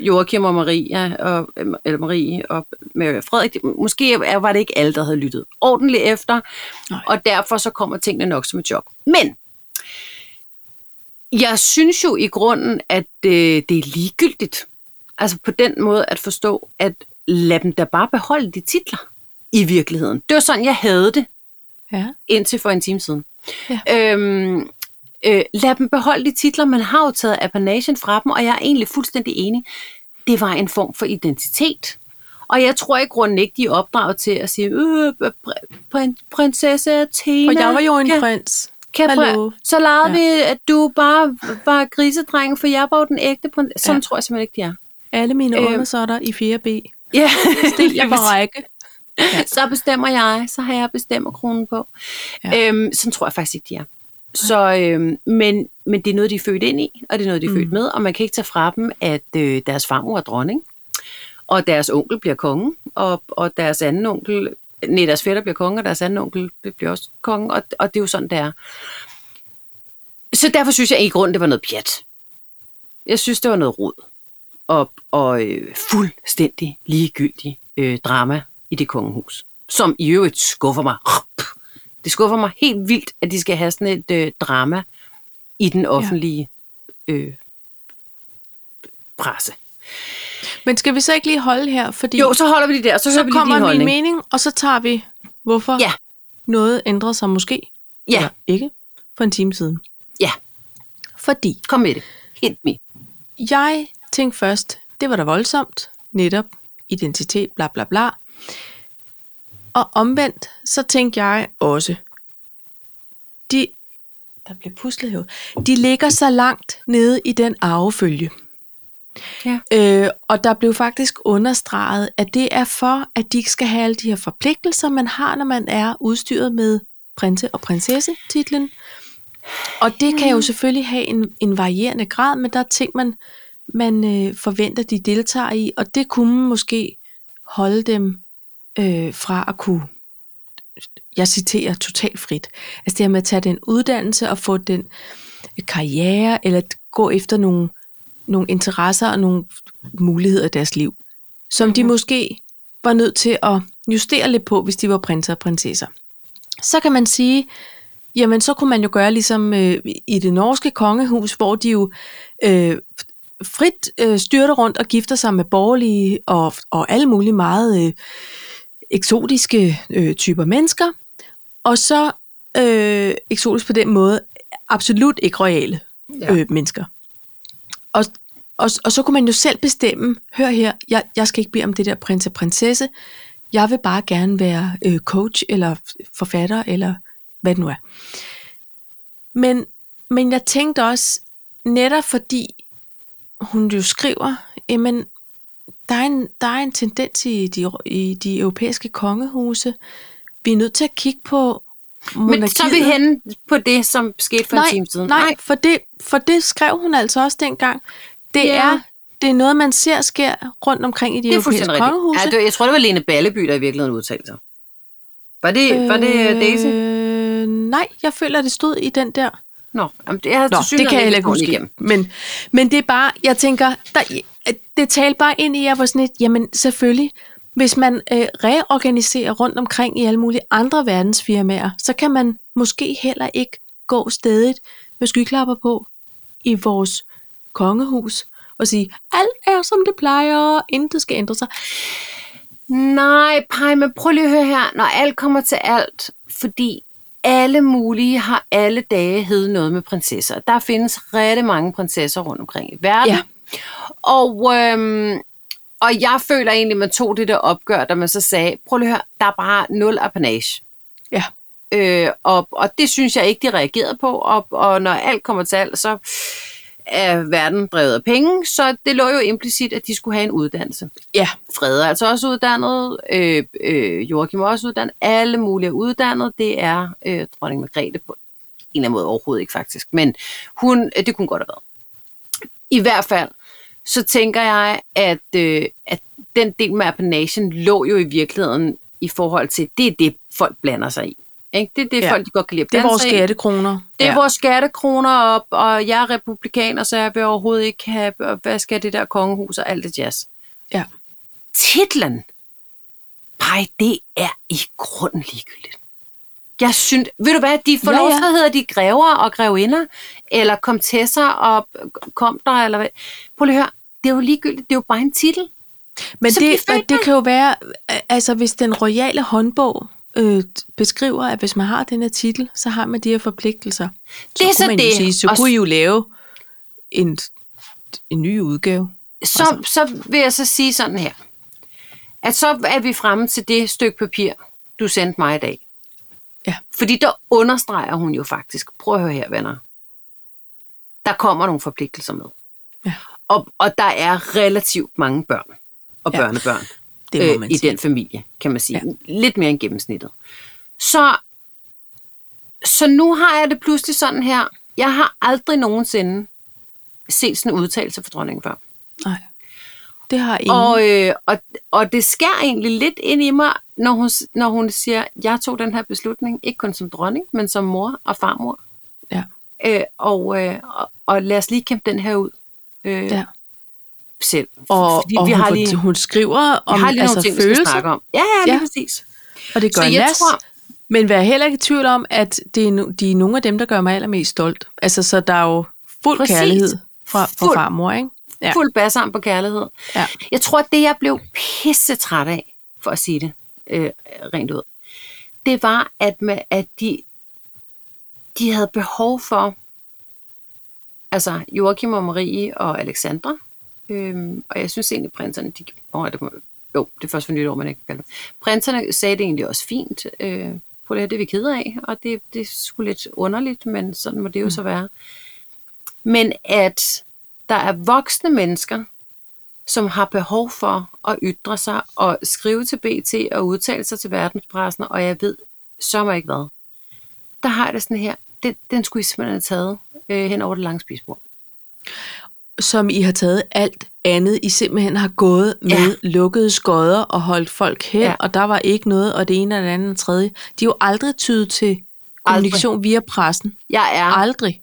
Speaker 2: Joachim og Maria, og, eller Marie og Mary og Frederik, måske er- var det ikke alle, der havde lyttet ordentligt efter,
Speaker 1: Nej.
Speaker 2: Nej. og derfor så kommer tingene nok som et chok. Men jeg synes jo i grunden, at øh, det er ligegyldigt. Altså på den måde at forstå, at lad dem da bare beholde de titler i virkeligheden. Det var sådan, jeg havde det
Speaker 1: Ja.
Speaker 2: indtil for en time siden.
Speaker 1: Ja.
Speaker 2: Øhm, øh, lad dem beholde de titler, man har jo taget apanagen fra dem, og jeg er egentlig fuldstændig enig. Det var en form for identitet. Og jeg tror i grunden ikke, de er opdraget til at sige, øh, pr- prin- prinsesse Athena.
Speaker 1: Og jeg var jo en
Speaker 2: kan-
Speaker 1: prins.
Speaker 2: kan
Speaker 1: Hallo.
Speaker 2: prøve. Så legede
Speaker 1: Ja.
Speaker 2: ja. vi, at du bare var grisedreng, for jeg var jo den ægte prinsesse. Sådan
Speaker 1: Ja.
Speaker 2: ja. tror jeg simpelthen ikke, de er.
Speaker 1: Alle mine øh.
Speaker 2: Øh.
Speaker 1: undersåtter i 4B.
Speaker 2: (laughs) Ja,
Speaker 1: Stil jeg på række.
Speaker 2: (laughs) så bestemmer jeg, så har jeg bestemmerkronen på.
Speaker 1: Ja.
Speaker 2: Ja. Øhm, sådan tror jeg faktisk ikke, de er. Så, øhm, men, men det er noget, de er født ind i, og det er noget, de er mm. født med, og man kan ikke tage fra dem, at øh, deres farmor er dronning, og deres onkel bliver konge, og, og deres anden onkel, nej, deres fætter bliver konge, og deres anden onkel bliver også konge, og, og det er jo sådan, det er. Så derfor synes jeg i grunden, det var noget pjat. Jeg synes, det var noget rod og, og øh, fuldstændig ligegyldig øh, drama i det kongehus, som i øvrigt skuffer mig. Det skuffer mig helt vildt, at de skal have sådan et øh, drama i den offentlige øh, presse.
Speaker 1: Men skal vi så ikke lige holde her? Fordi
Speaker 2: Jo, så holder vi det der, så, så
Speaker 1: så
Speaker 2: hører vi lige
Speaker 1: kommer
Speaker 2: din
Speaker 1: min
Speaker 2: holdning.
Speaker 1: mening, og så tager vi, hvorfor
Speaker 2: Ja.
Speaker 1: noget ændrer sig måske.
Speaker 2: Ja,
Speaker 1: Eller ikke. For en time siden.
Speaker 2: Ja.
Speaker 1: Fordi
Speaker 2: kom med det. Hent mig.
Speaker 1: jeg tænkte først, det var da voldsomt. Netop identitet, bla bla bla. Og omvendt, så tænkte jeg også, de, der blev puslet jo, de ligger så langt nede i den arvefølge.
Speaker 2: Ja.
Speaker 1: Øh, og der blev faktisk understreget, at det er for, at de ikke skal have alle de her forpligtelser, man har, når man er udstyret med prinse- og prinsesse-titlen. Og det kan jo selvfølgelig have en, en varierende grad, men der er ting, man, man øh, forventer, de deltager i, og det kunne måske holde dem øh, fra at kunne, jeg citerer, totalt frit. Altså det her med at tage den uddannelse og få den øh, karriere, eller at gå efter nogle, nogle interesser og nogle muligheder i deres liv, som de måske var nødt til at justere lidt på, hvis de var prinser og prinsesser. Så kan man sige, jamen så kunne man jo gøre ligesom øh, i det norske kongehus, hvor de jo øh, frit øh, styrter rundt og gifter sig med borgerlige og, og alle mulige meget øh, eksotiske øh, typer mennesker. Og så øh, eksotisk på den måde, absolut ikke royale
Speaker 2: Ja.
Speaker 1: ja. øh, mennesker. Og, og, og så kunne man jo selv bestemme, hør her, jeg, jeg skal ikke bede om det der prins og prinsesse, jeg vil bare gerne være øh, coach eller forfatter eller hvad det nu er. Men, men jeg tænkte også, netop fordi hun jo skriver, jamen, der er en, der er en tendens i de, i de europæiske kongehuse, vi er nødt til at kigge på
Speaker 2: Men så er vi henne på det, som skete for
Speaker 1: nej,
Speaker 2: en time siden.
Speaker 1: Nej, nej. For, det, for det skrev hun altså også dengang. Det
Speaker 2: Ja.
Speaker 1: er det er noget, man ser sker rundt omkring i de
Speaker 2: det er
Speaker 1: europæiske
Speaker 2: fuldstændig rigtigt.
Speaker 1: kongehuse.
Speaker 2: Ja, det, var- jeg tror, det var Lene Balleby, der i virkeligheden udtalte sig. Var det, øh, var det Daisy?
Speaker 1: Øh, Nej, jeg føler, at det stod i den der.
Speaker 2: Nå, jamen, det, jeg
Speaker 1: Nå, det kan jeg heller ikke huske. Men, men det er bare, jeg tænker, der, det talte bare ind i, jeg var sådan lidt, jamen selvfølgelig, hvis man øh, reorganiserer rundt omkring i alle mulige andre verdensfirmaer, så kan man måske heller ikke gå stedet med skyklapper på i vores kongehus og sige, alt er som det plejer, intet skal ændre sig.
Speaker 2: Nej, Paj, men prøv lige at høre her. Når alt kommer til alt, fordi alle mulige har alle dage hed noget med prinsesser. Der findes rigtig mange prinsesser rundt omkring i verden.
Speaker 1: Ja.
Speaker 2: Og, øhm, og jeg føler egentlig, man tog det der opgør, da man så sagde, prøv lige at høre, der er bare nul apanage.
Speaker 1: Ja.
Speaker 2: Øh, og, og det synes jeg ikke, de reagerede på. Og, og når alt kommer til alt, så er verden drevet af penge, så det lå jo implicit, at de skulle have en uddannelse.
Speaker 1: Ja,
Speaker 2: Frede er altså også uddannet, øh, øh, Joachim er også uddannet, alle mulige er uddannet, det er øh, dronning Margrethe på en eller anden måde overhovedet ikke faktisk, men hun, øh, det kunne hun godt have været. I hvert fald, så tænker jeg, at, øh, at den del med appanation lå jo i virkeligheden i forhold til, det er det, folk blander sig i. Ikke? Det er det,
Speaker 1: Ja.
Speaker 2: ja. folk de godt kan lide at
Speaker 1: det er
Speaker 2: blande
Speaker 1: vores
Speaker 2: sig i.
Speaker 1: skattekroner.
Speaker 2: Det er
Speaker 1: ja.
Speaker 2: ja. vores skattekroner op, og jeg er republikaner, så jeg vil overhovedet ikke have, og hvad skal det der kongehus og alt det jazz.
Speaker 1: Ja.
Speaker 2: Titlen, nej, det er i grunden ligegyldigt. Jeg synes, ved du hvad, de forlod,
Speaker 1: Ja,
Speaker 2: ja,
Speaker 1: ja.
Speaker 2: ja. hedder de grever og grevinder, eller komtesser og komter, eller hvad. Prøv lige at høre, det er jo ligegyldigt, det er jo bare en titel.
Speaker 1: Men
Speaker 2: Så
Speaker 1: det,
Speaker 2: bliv født
Speaker 1: men det kan jo være, øh, altså hvis den royale håndbog øh, beskriver, at hvis man har den her titel, så har man de her forpligtelser.
Speaker 2: Det er så
Speaker 1: kunne man
Speaker 2: det.
Speaker 1: Jo sige, så
Speaker 2: Og-
Speaker 1: kunne I jo lave en, en ny udgave.
Speaker 2: så,
Speaker 1: Altså-
Speaker 2: så vil jeg så sige sådan her, at så er vi fremme til det stykke papir, du sendte mig i dag.
Speaker 1: Ja.
Speaker 2: Fordi der understreger hun jo faktisk, prøv at høre her, venner, der kommer nogle forpligtelser med.
Speaker 1: Ja.
Speaker 2: Og, og der er relativt mange børn og
Speaker 1: Ja,
Speaker 2: børnebørn
Speaker 1: Det må
Speaker 2: øh,
Speaker 1: man
Speaker 2: i
Speaker 1: sige.
Speaker 2: den familie, kan man sige. Ja. Lidt mere end gennemsnittet. Så, så nu har jeg det pludselig sådan her. Jeg har aldrig nogensinde set sådan en udtalelse fra dronningen før.
Speaker 1: Nej. Det har ingen. Og,
Speaker 2: Og, øh, og, og det skærer egentlig lidt ind i mig, når hun, s- når hun siger, jeg tog den her beslutning, ikke kun som dronning, men som mor og farmor.
Speaker 1: Ja.
Speaker 2: Øh, og, øh, og, og lad os lige kæmpe den her ud øh,
Speaker 1: ja.
Speaker 2: selv.
Speaker 1: og,
Speaker 2: Fordi
Speaker 1: og
Speaker 2: vi
Speaker 1: hun,
Speaker 2: har
Speaker 1: får-
Speaker 2: lige,
Speaker 1: hun skriver
Speaker 2: vi
Speaker 1: om
Speaker 2: har lige
Speaker 1: altså,
Speaker 2: nogle ting, vi skal
Speaker 1: følelser,
Speaker 2: snakke om. Ja, ja,
Speaker 1: Ja.
Speaker 2: lige ja. præcis.
Speaker 1: og det gør
Speaker 2: Så
Speaker 1: en
Speaker 2: jeg
Speaker 1: nas.
Speaker 2: tror-
Speaker 1: Men vær heller ikke i tvivl om, at det er, no, de er nogle af dem, der gør mig allermest stolt. Altså, så der er jo fuld
Speaker 2: Præcis.
Speaker 1: kærlighed fra, fra
Speaker 2: Fuld.
Speaker 1: farmor, ikke? Ja.
Speaker 2: ja. fuld bassarm på kærlighed.
Speaker 1: Ja.
Speaker 2: Jeg tror, at det, jeg blev pisse træt af, for at sige det øh, rent ud, det var, at, med, at de, de havde behov for, altså Joachim og Marie og Alexandra, øhm, og jeg synes egentlig, prinserne, de, oh, det, må- jo, det er først for nytår, man ikke kan kalde dem. Prinserne sagde det egentlig også fint, øh, på det her, det er vi kede af, og det, det skulle lidt underligt, men sådan må det jo så være. Men at der er voksne mennesker, som har behov for at ytre sig og skrive til BT og udtale sig til verdenspressen, og jeg ved så mig ikke hvad. Der har jeg det sådan her, den, den skulle I simpelthen have taget øh, hen over det lange spisbord.
Speaker 1: som I har taget alt andet. I simpelthen har gået med ja.
Speaker 2: Ja.
Speaker 1: lukkede skodder og holdt folk hen, ja.
Speaker 2: Ja.
Speaker 1: og der var ikke noget, og det ene og det andet og det tredje. De er jo aldrig tydet til kommunikation aldrig. via pressen.
Speaker 2: Jeg er
Speaker 1: Aldrig.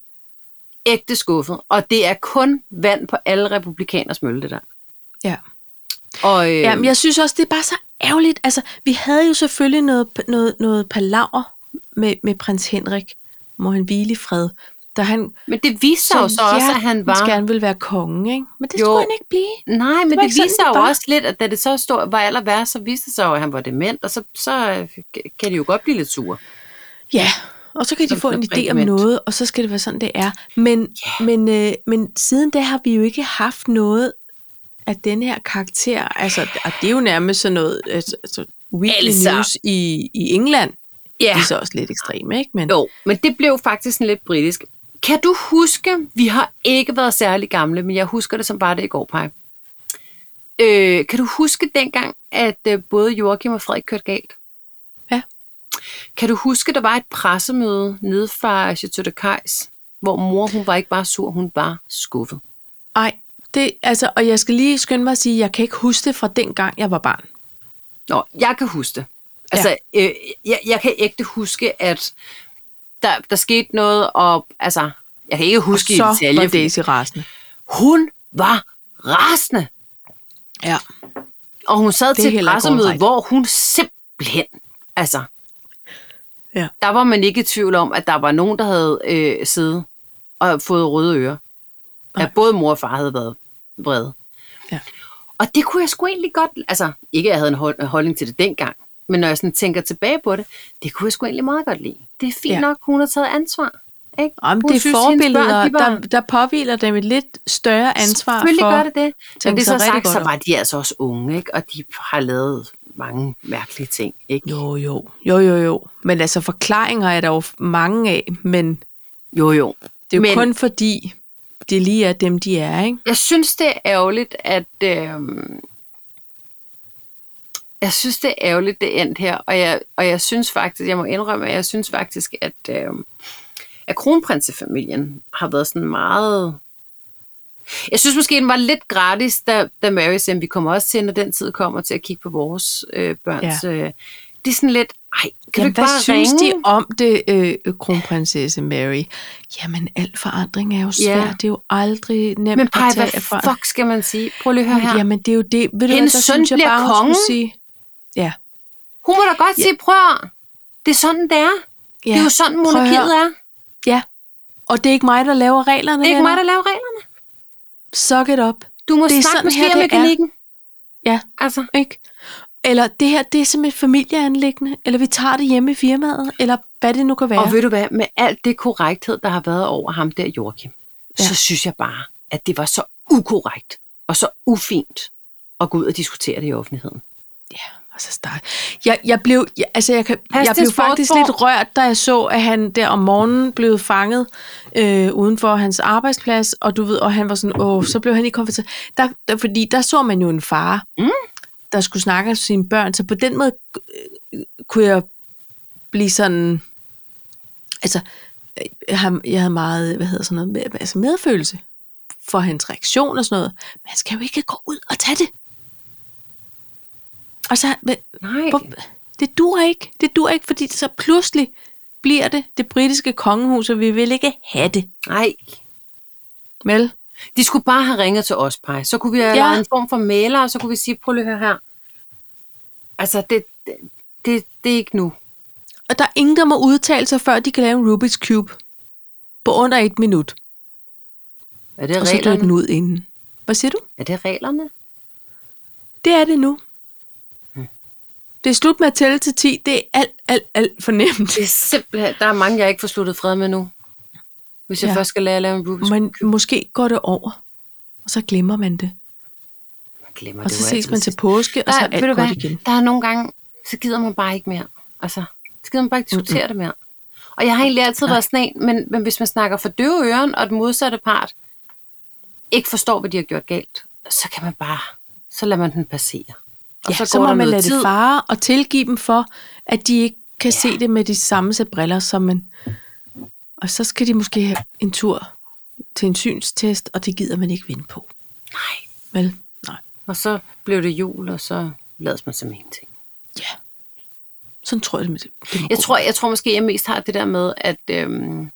Speaker 2: ægte skuffet, og det er kun vand på alle republikaners mølle, det der.
Speaker 1: Ja.
Speaker 2: Og, øh,
Speaker 1: Jamen, jeg synes også, det er bare så ærgerligt. Altså, vi havde jo selvfølgelig noget, noget, noget palaver med, med prins Henrik, må han hvile i fred, da han
Speaker 2: men det viste sig jo så også, at han var...
Speaker 1: hjertens gerne ville være konge, ikke? Men det jo.
Speaker 2: Jo.
Speaker 1: skulle han ikke blive.
Speaker 2: Nej, men
Speaker 1: var
Speaker 2: det, det
Speaker 1: ikke sådan,
Speaker 2: viste sig
Speaker 1: det
Speaker 2: jo
Speaker 1: var.
Speaker 2: også lidt, at da det så stod, var aller værst, så viste det sig jo, at han var dement, og så, så øh, kan de jo godt blive lidt sure.
Speaker 1: Ja, og så kan de
Speaker 2: Som
Speaker 1: få en
Speaker 2: sådan et
Speaker 1: idé om
Speaker 2: reglement.
Speaker 1: noget, og så skal det være sådan, det er. Men, yeah. men, øh, men siden da har vi jo ikke haft noget af den her karakter. Altså, og det er jo nærmest sådan noget, altså, altså, weekly
Speaker 2: Altså.
Speaker 1: news i, i England.
Speaker 2: Ja.
Speaker 1: Det er så også lidt ekstremt, ikke? Men,
Speaker 2: Ligesom- Jo, men det blev faktisk sådan lidt britisk. Kan du huske, vi har ikke været særlig gamle, men jeg husker det som bare det i går, Paj. Øh, kan du huske dengang, at øh, både Joachim og Frederik kørte galt?
Speaker 1: Ja.
Speaker 2: Kan du huske, der var et pressemøde nede fra Chateau de Kajs, hvor mor, hun var ikke bare sur, hun var skuffet.
Speaker 1: Ej, det, altså, og jeg skal lige skynde mig at sige, at jeg kan ikke huske det fra dengang, jeg var barn.
Speaker 2: Nå, jeg kan huske det. Altså, øh, jeg, jeg kan ægte huske, at der, der skete noget, og altså, jeg kan ikke huske i
Speaker 1: så
Speaker 2: detalje,
Speaker 1: var
Speaker 2: fordi
Speaker 1: Daisy rasende.
Speaker 2: hun var rasende.
Speaker 1: Ja.
Speaker 2: Og hun sad
Speaker 1: Det er
Speaker 2: til et
Speaker 1: heller ikke
Speaker 2: pressemøde,
Speaker 1: alright.
Speaker 2: hvor hun simpelthen, altså,
Speaker 1: Ja.
Speaker 2: der var man ikke i tvivl om, at der var nogen, der havde øh, siddet og fået røde ører. At både mor og far havde været vrede.
Speaker 1: Ja.
Speaker 2: Og det kunne jeg sgu egentlig godt, altså ikke at jeg havde en hold- holdning til det dengang, men når jeg sådan tænker tilbage på det, det kunne jeg sgu egentlig meget godt lide. Det er fint ja.
Speaker 1: Ja.
Speaker 2: nok, hun har taget ansvar. Ikke?
Speaker 1: Om
Speaker 2: Hun
Speaker 1: det er
Speaker 2: synes, hendes
Speaker 1: forbilleder,
Speaker 2: børn, de var-
Speaker 1: der, der påviler dem et lidt større ansvar
Speaker 2: Selvfølgelig
Speaker 1: for...
Speaker 2: gør det det. Men
Speaker 1: tænke
Speaker 2: det er
Speaker 1: sig
Speaker 2: så
Speaker 1: rigtig
Speaker 2: sagt,
Speaker 1: godt
Speaker 2: så
Speaker 1: om.
Speaker 2: var de altså også unge, ikke? og de har lavet mange mærkelige ting. Ikke?
Speaker 1: Jo, jo. Jo, jo, jo. Men altså, forklaringer er der jo mange af, men
Speaker 2: Jo, jo.
Speaker 1: det er jo
Speaker 2: Men-
Speaker 1: men... kun fordi, det lige er dem, de er, ikke?
Speaker 2: Jeg synes, det er ærgerligt, at... Øh... Jeg synes, det er ærgerligt, det endte her. Og jeg, og jeg synes faktisk, jeg må indrømme, at jeg synes faktisk, at, øh... at kronprinsefamilien har været sådan meget... Jeg synes måske, den var lidt gratis, da, da Mary sagde, vi kommer også til, når den tid kommer til at kigge på vores øh, børns... Ja. Øh... Det er sådan lidt, ej, kan du
Speaker 1: Jamen,
Speaker 2: ikke
Speaker 1: hvad
Speaker 2: bare
Speaker 1: synes
Speaker 2: ringe?
Speaker 1: de om det, øh, kronprinsesse Mary? Jamen, al forandring er jo svær.
Speaker 2: Ja.
Speaker 1: Ja. Det er jo aldrig nemt
Speaker 2: Men Paj,
Speaker 1: at tage
Speaker 2: hvad fuck skal man sige? Prøv lige at høre her.
Speaker 1: Jamen, det er jo det. Ved du, hvad,
Speaker 2: Hendes
Speaker 1: der
Speaker 2: søn
Speaker 1: synes jeg
Speaker 2: bliver
Speaker 1: bare, hun skulle
Speaker 2: konge.
Speaker 1: Sige, ja.
Speaker 2: Hun må da godt sige, prøv at, høre, det er sådan, det er.
Speaker 1: ja.
Speaker 2: Det er jo sådan,
Speaker 1: Prøv at høre.
Speaker 2: monarkiet er.
Speaker 1: Og det er ikke mig, der laver reglerne.
Speaker 2: Det er ikke
Speaker 1: venner.
Speaker 2: mig, der laver reglerne.
Speaker 1: Suck it up.
Speaker 2: Du må
Speaker 1: Det er
Speaker 2: snakke
Speaker 1: sådan
Speaker 2: med
Speaker 1: her, det er.
Speaker 2: skermekanikken.
Speaker 1: Ja.
Speaker 2: Altså,
Speaker 1: Ikke? Eller det her, det er simpelthen et familieanlæggende. Eller vi tager det hjemme i firmaet. Eller hvad det nu kan være.
Speaker 2: og ved du hvad, med alt det korrekthed, der har været over ham der, Joachim, ja.
Speaker 1: Ja.
Speaker 2: så synes jeg bare, at det var så ukorrekt og så ufint at gå ud og diskutere det i offentligheden.
Speaker 1: Og så start. Jeg, jeg blev, jeg, altså jeg, kan,
Speaker 2: Pas
Speaker 1: jeg
Speaker 2: til
Speaker 1: blev faktisk
Speaker 2: sportsform.
Speaker 1: lidt rørt, da jeg så, at han der om morgenen blev fanget øh, uden for hans arbejdsplads, og du ved, og han var sådan, åh, så blev han ikke konfronteret. Der, der, fordi der så man jo en far,
Speaker 2: Mm.
Speaker 1: der skulle snakke med sine børn, så på den måde øh, kunne jeg blive sådan, altså, øh, ham- jeg havde meget, hvad hedder sådan noget, med, altså medfølelse for hans reaktion og sådan noget. Man skal jo ikke gå ud og tage det. Og så, men-
Speaker 2: Nej,
Speaker 1: hvor, det dur ikke. Det dur ikke, fordi så pludselig bliver det det britiske kongehus, og vi vil ikke have det.
Speaker 2: nej.
Speaker 1: Vel?
Speaker 2: De skulle bare have ringet til os, Paj. Så kunne vi have
Speaker 1: Ja.
Speaker 2: ja. en form for mailer, og så kunne vi sige, prøv lige at høre her. Altså, det, det, det, det er ikke nu.
Speaker 1: Og der er ingen, der må udtale sig, før de kan lave en Rubik's Cube på under et minut.
Speaker 2: Er Altså, det
Speaker 1: Og så dør
Speaker 2: reglerne?
Speaker 1: den ud inden. Hvad siger du?
Speaker 2: Er det reglerne?
Speaker 1: Det er det nu. Det er slut med at tælle til 10. Det er alt, alt, alt for nemt.
Speaker 2: Det er simpelthen, der er mange, jeg ikke får sluttet fred med nu. Hvis jeg ja.
Speaker 1: Ja.
Speaker 2: først skal lære at lave en Rubik's Cube,
Speaker 1: Men måske går det over, og så glemmer man det.
Speaker 2: man glemmer
Speaker 1: Og
Speaker 2: det
Speaker 1: så
Speaker 2: jo
Speaker 1: ses
Speaker 2: altid
Speaker 1: man til
Speaker 2: sidst.
Speaker 1: påske, og
Speaker 2: der,
Speaker 1: så
Speaker 2: er-
Speaker 1: er
Speaker 2: ved du
Speaker 1: alt
Speaker 2: hvad,
Speaker 1: godt igen.
Speaker 2: der er nogle gange, så gider man bare ikke mere. Altså, så gider man bare ikke diskutere mm det mere. Og jeg har egentlig altid været sådan en, men, men hvis man snakker for døve øren, og den modsatte part ikke forstår, hvad de har gjort galt, så kan man bare, så lader man den passere. Og
Speaker 1: Ja, så, så må man lade det fare og tilgive dem for, at de ikke kan
Speaker 2: Ja.
Speaker 1: ja. se det med de samme sæt briller, som man... Og så skal de måske have en tur til en synstest, og det gider man ikke vinde på.
Speaker 2: Nej,
Speaker 1: Vel? Nej.
Speaker 2: og så blev det jul, og så lades man som ingenting.
Speaker 1: Ja. Sådan tror jeg, det, det må
Speaker 2: Jeg
Speaker 1: gå.
Speaker 2: tror, jeg tror måske, jeg mest har det der med, at øhm,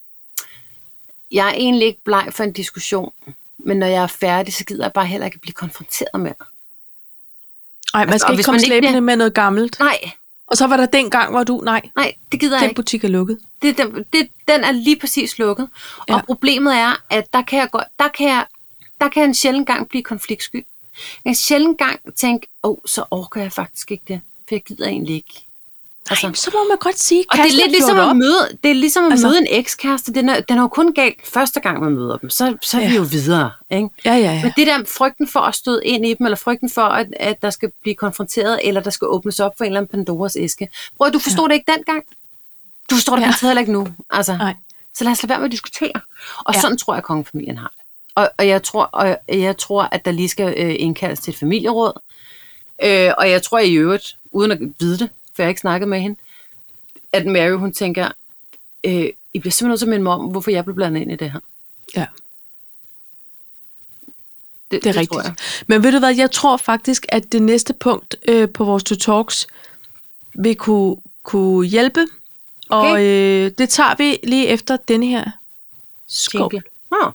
Speaker 2: jeg er egentlig ikke bleg for en diskussion, men når jeg er færdig, så gider jeg bare heller ikke blive konfronteret med det.
Speaker 1: Ej, man
Speaker 2: altså, og
Speaker 1: skal ikke
Speaker 2: hvis
Speaker 1: komme
Speaker 2: man ikke
Speaker 1: slæbende
Speaker 2: bliver-
Speaker 1: med noget gammelt.
Speaker 2: Nej,
Speaker 1: Og så var der den gang, hvor du... Nej,
Speaker 2: nej, det gider jeg
Speaker 1: den
Speaker 2: ikke.
Speaker 1: butik er lukket.
Speaker 2: Det, den, det, den er lige præcis lukket. Ja.
Speaker 1: Ja.
Speaker 2: Og problemet er, at der kan jeg, godt, der kan jeg, der kan jeg en sjældent gang blive konfliktsky. Jeg kan sjældent gang tænke, åh, oh, så orker jeg faktisk ikke det, for jeg gider egentlig ikke. Altså,
Speaker 1: Nej, så må man godt sige,
Speaker 2: Og det er lidt ligesom at
Speaker 1: op.
Speaker 2: møde, det er ligesom at altså,
Speaker 1: Altså-
Speaker 2: møde en ekskæreste. Den er, den er jo kun galt første gang, man møder dem. Så, så er ja. vi
Speaker 1: Ja.
Speaker 2: jo videre. Ikke?
Speaker 1: Ja, ja, ja.
Speaker 2: Men det der frygten for at støde ind i dem, eller frygten for, at, at der skal blive konfronteret, eller der skal åbnes op for en eller anden Pandoras æske. Bror, du forstod ja. det ikke dengang. Du forstår det
Speaker 1: Ja.
Speaker 2: ja. heller ikke nu. Altså,
Speaker 1: Nej.
Speaker 2: Så lad os lade være med at diskutere. Og ja.
Speaker 1: Ja.
Speaker 2: sådan tror jeg, at kongefamilien har det. Og, og, jeg tror, og jeg tror, at der lige skal øh, indkaldes til et familieråd. Øh, og jeg tror i øvrigt, uden at vide det, for jeg har ikke snakket med hende, at Mary, hun tænker, øh, I bliver simpelthen nødt til at minde mig om, hvorfor jeg blev blandet ind i det her.
Speaker 1: Ja.
Speaker 2: Det,
Speaker 1: det er
Speaker 2: tror jeg.
Speaker 1: rigtigt. Men ved du hvad, jeg tror faktisk, at det næste punkt øh, på vores to talks vil kunne, kunne hjælpe Okay. Og øh, det tager vi lige efter denne her skål.
Speaker 2: Jingle. Nå.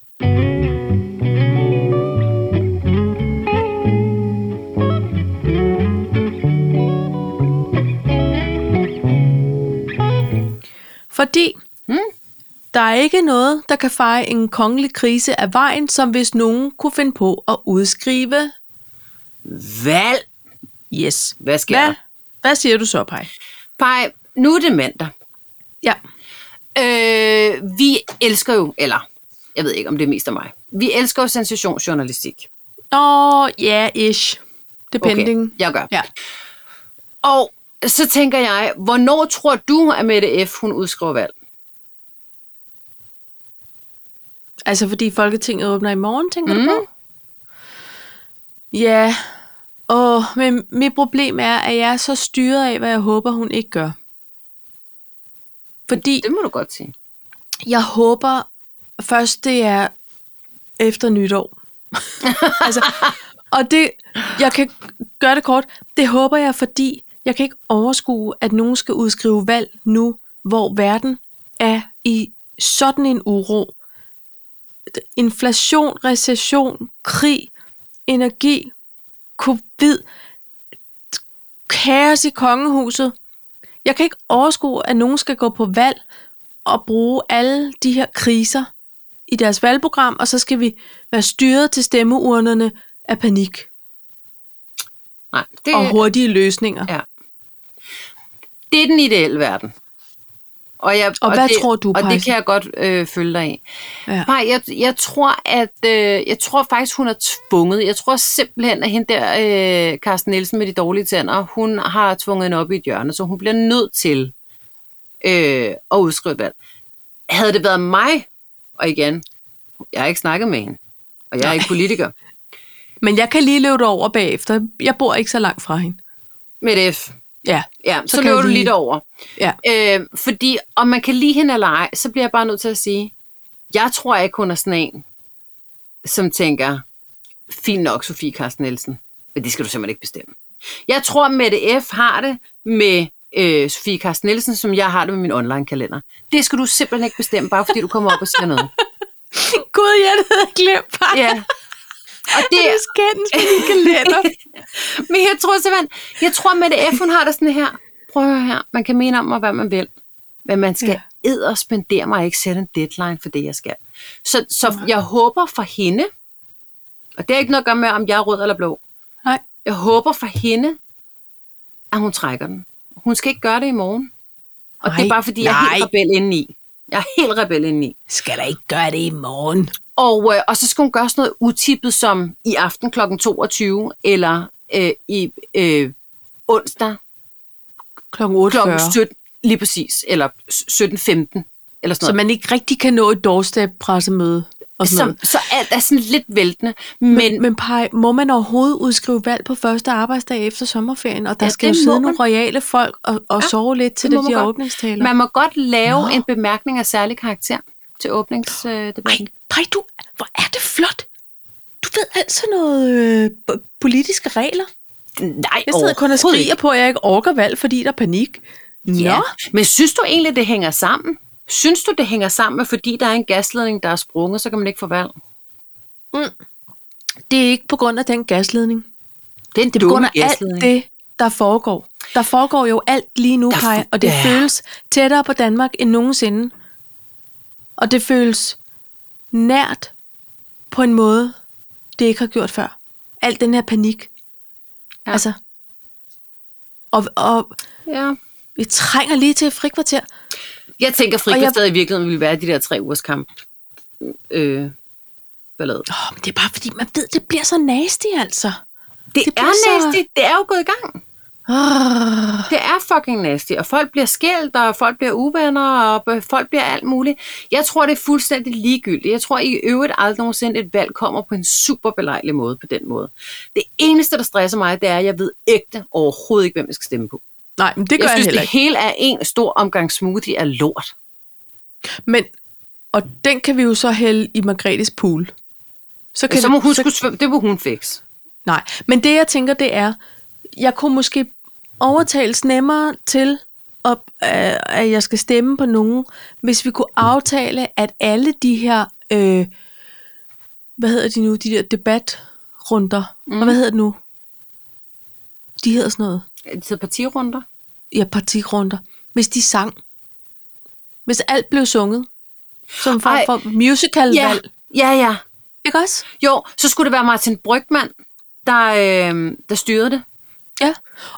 Speaker 1: Fordi
Speaker 2: Mm.
Speaker 1: der er ikke noget, der kan feje en kongelig krise af vejen, som hvis nogen kunne finde på at udskrive.
Speaker 2: Valg.
Speaker 1: Yes.
Speaker 2: Hvad sker
Speaker 1: Hvad,
Speaker 2: der?
Speaker 1: hvad siger du så, Paj?
Speaker 2: Pej, nu er det mandag.
Speaker 1: Ja.
Speaker 2: Øh, vi elsker jo, eller jeg ved ikke, om det er mest af mig. Vi elsker jo sensationsjournalistik.
Speaker 1: Åh, ja, yeah, ish. Depending.
Speaker 2: Okay, jeg gør.
Speaker 1: Ja.
Speaker 2: Og så tænker jeg, hvornår tror du, at Mette F. hun udskriver valg?
Speaker 1: Altså, fordi Folketinget åbner i morgen, tænker mm.
Speaker 2: Mm.
Speaker 1: du på? Ja. Åh, men mit problem er, at jeg er så styret af, hvad jeg håber, hun ikke gør. Fordi
Speaker 2: Det må du godt sige.
Speaker 1: jeg håber først, det er efter nytår. altså, og det, jeg kan gøre det kort, det håber jeg, fordi jeg kan ikke overskue, at nogen skal udskrive valg nu, hvor verden er i sådan en uro. Inflation, recession, krig, energi, covid, kaos i kongehuset. Jeg kan ikke overskue, at nogen skal gå på valg og bruge alle de her kriser i deres valgprogram, og så skal vi være styret til stemmeurnerne af panik
Speaker 2: Nej, det,
Speaker 1: og hurtige løsninger.
Speaker 2: Ja. det er den ideelle verden. Og, jeg,
Speaker 1: Og hvad
Speaker 2: det,
Speaker 1: tror du,
Speaker 2: Og det
Speaker 1: Pajsen?
Speaker 2: kan jeg godt øh, følge dig i.
Speaker 1: Ja.
Speaker 2: Nej, jeg, jeg tror, at øh, jeg tror faktisk, hun er tvunget. Jeg tror simpelthen, at hende der, øh, Carsten Nielsen med de dårlige tænder, hun har tvunget hende op i et hjørne, så hun bliver nødt til øh, at udskrive et valg. Havde det været mig, og igen, jeg har ikke snakket med hende, og jeg er ikke politiker,
Speaker 1: Men jeg kan lige løbe det over bagefter. Jeg bor ikke så langt fra hende.
Speaker 2: med F,
Speaker 1: Ja,
Speaker 2: ja, så, så
Speaker 1: kan
Speaker 2: løber
Speaker 1: jeg
Speaker 2: du
Speaker 1: lige-
Speaker 2: lidt over.
Speaker 1: ja.
Speaker 2: Øh, fordi om man kan lide hende eller ej, så bliver jeg bare nødt til at sige, jeg tror ikke, hun er sådan en, som tænker, fint nok, Sofie Carsten Nielsen, men det skal du simpelthen ikke bestemme. Jeg tror, Mette F. har det med øh, Sofie Carsten Nielsen, som jeg har det med min online-kalender. Det skal du simpelthen ikke bestemme, bare fordi du kommer op og siger
Speaker 1: (laughs)
Speaker 2: noget.
Speaker 1: Gud, jeg havde glemt bare. Ja.
Speaker 2: Ja. Og det,
Speaker 1: Det er skændes på din kalender.
Speaker 2: men jeg tror simpelthen, jeg tror, Mette F. hun har det sådan her, prøv at høre her, man kan mene om mig, hvad man vil, men man skal ja. og spendere mig og ikke sætte en deadline for det, jeg skal. Så, så jeg håber for hende, og det har ikke noget at gøre med, om jeg er rød eller blå,
Speaker 1: Nej.
Speaker 2: jeg håber for hende, at hun trækker den. Hun skal ikke gøre det i morgen. Og det
Speaker 1: Nej,
Speaker 2: er bare, fordi jeg er helt
Speaker 1: nej.
Speaker 2: rebel indeni. Jeg er helt rebel indeni.
Speaker 1: (laughs) Skal da ikke gøre det i morgen.
Speaker 2: Og, øh, og så skal hun gøre sådan noget utippet som i aften kl. 22, eller øh, i øh, onsdag
Speaker 1: Klokken
Speaker 2: kl.
Speaker 1: 8.40.
Speaker 2: 17, lige præcis, eller 17.15, eller
Speaker 1: Så
Speaker 2: sådan noget.
Speaker 1: man ikke rigtig kan nå et doorstep-pressemøde. Og sådan
Speaker 2: Så,
Speaker 1: noget.
Speaker 2: så alt er sådan lidt væltende, men, men
Speaker 1: Men Paj, må man overhovedet udskrive valg på første arbejdsdag efter sommerferien? Og der
Speaker 2: Ja,
Speaker 1: ja, skal jo
Speaker 2: det må
Speaker 1: sidde nogle
Speaker 2: man.
Speaker 1: royale folk og, og ja, sove lidt til
Speaker 2: det
Speaker 1: det,
Speaker 2: må
Speaker 1: de
Speaker 2: man
Speaker 1: her
Speaker 2: godt.
Speaker 1: åbningstaler.
Speaker 2: man må godt lave
Speaker 1: Nå.
Speaker 2: en bemærkning af særlig karakter til
Speaker 1: Ej,
Speaker 2: åbningsdebatten.
Speaker 1: Paj, du, hvor er det flot. Du ved altså noget øh, b- politiske regler.
Speaker 2: Nej,
Speaker 1: Jeg sidder kun og
Speaker 2: overhovedet
Speaker 1: skriger på, at jeg ikke orker valg, fordi der er panik. Nå.
Speaker 2: ikke. Ja. Men synes du egentlig, det hænger sammen? Synes du, det hænger sammen med, fordi der er en gasledning, der er sprunget, så kan man ikke få valg?
Speaker 1: Det er ikke på grund af den gasledning.
Speaker 2: Det er en
Speaker 1: Det er på grund af alt det, der foregår. Der foregår jo alt lige nu,
Speaker 2: Der f-
Speaker 1: Paj, og det
Speaker 2: Ja.
Speaker 1: føles tættere på Danmark end nogensinde. Og det føles nært på en måde, det ikke har gjort før. Alt den her panik.
Speaker 2: Ja.
Speaker 1: Ja. Altså. Og, og
Speaker 2: Ja.
Speaker 1: vi trænger lige til et frikvarter.
Speaker 2: Jeg tænker,
Speaker 1: Og jeg-
Speaker 2: frikvarteret jeg... i virkeligheden ville være de der tre ugers kamp. Øh, ballade.
Speaker 1: Åh, men det er bare fordi, man ved, det bliver så nasty, altså.
Speaker 2: Det, det
Speaker 1: Det
Speaker 2: er
Speaker 1: bliver så-
Speaker 2: nasty. Det er jo gået i gang.
Speaker 1: Oh.
Speaker 2: Det er fucking nasty. Og folk bliver skilt, og folk bliver uvenner, og b- folk bliver alt muligt. Jeg tror, det er fuldstændig ligegyldigt. Jeg tror i øvrigt aldrig nogensinde, et valg kommer på en super belejlig måde på den måde. Det eneste, der stresser mig, det er, at jeg ved ægte overhovedet ikke, hvem jeg skal stemme på.
Speaker 1: Nej, men det gør
Speaker 2: jeg
Speaker 1: jeg,
Speaker 2: synes,
Speaker 1: heller
Speaker 2: det
Speaker 1: ikke.
Speaker 2: hele er en stor omgang smoothie af lort.
Speaker 1: Men, og den kan vi jo så hælde i Margrethes pool. kan
Speaker 2: Så
Speaker 1: vi-
Speaker 2: må hun skulle svømme. Det må hun fikse.
Speaker 1: Nej, men det jeg tænker, det er, jeg kunne måske overtales nemmere til og, øh, at jeg skal stemme på nogen, hvis vi kunne aftale, at alle de her, øh, hvad hedder de nu, de der debatrunder, mm. og hvad hedder det nu? De hedder sådan noget,
Speaker 2: Til partirunder.
Speaker 1: ja, partirunder. Hvis de sang, hvis alt blev sunget, som en form
Speaker 2: Ej.
Speaker 1: for musicalvalg,
Speaker 2: ja, ja.
Speaker 1: ikke også?
Speaker 2: Jo, så skulle det være Martin Brygman, der, øh, der styrede det.
Speaker 1: Ja,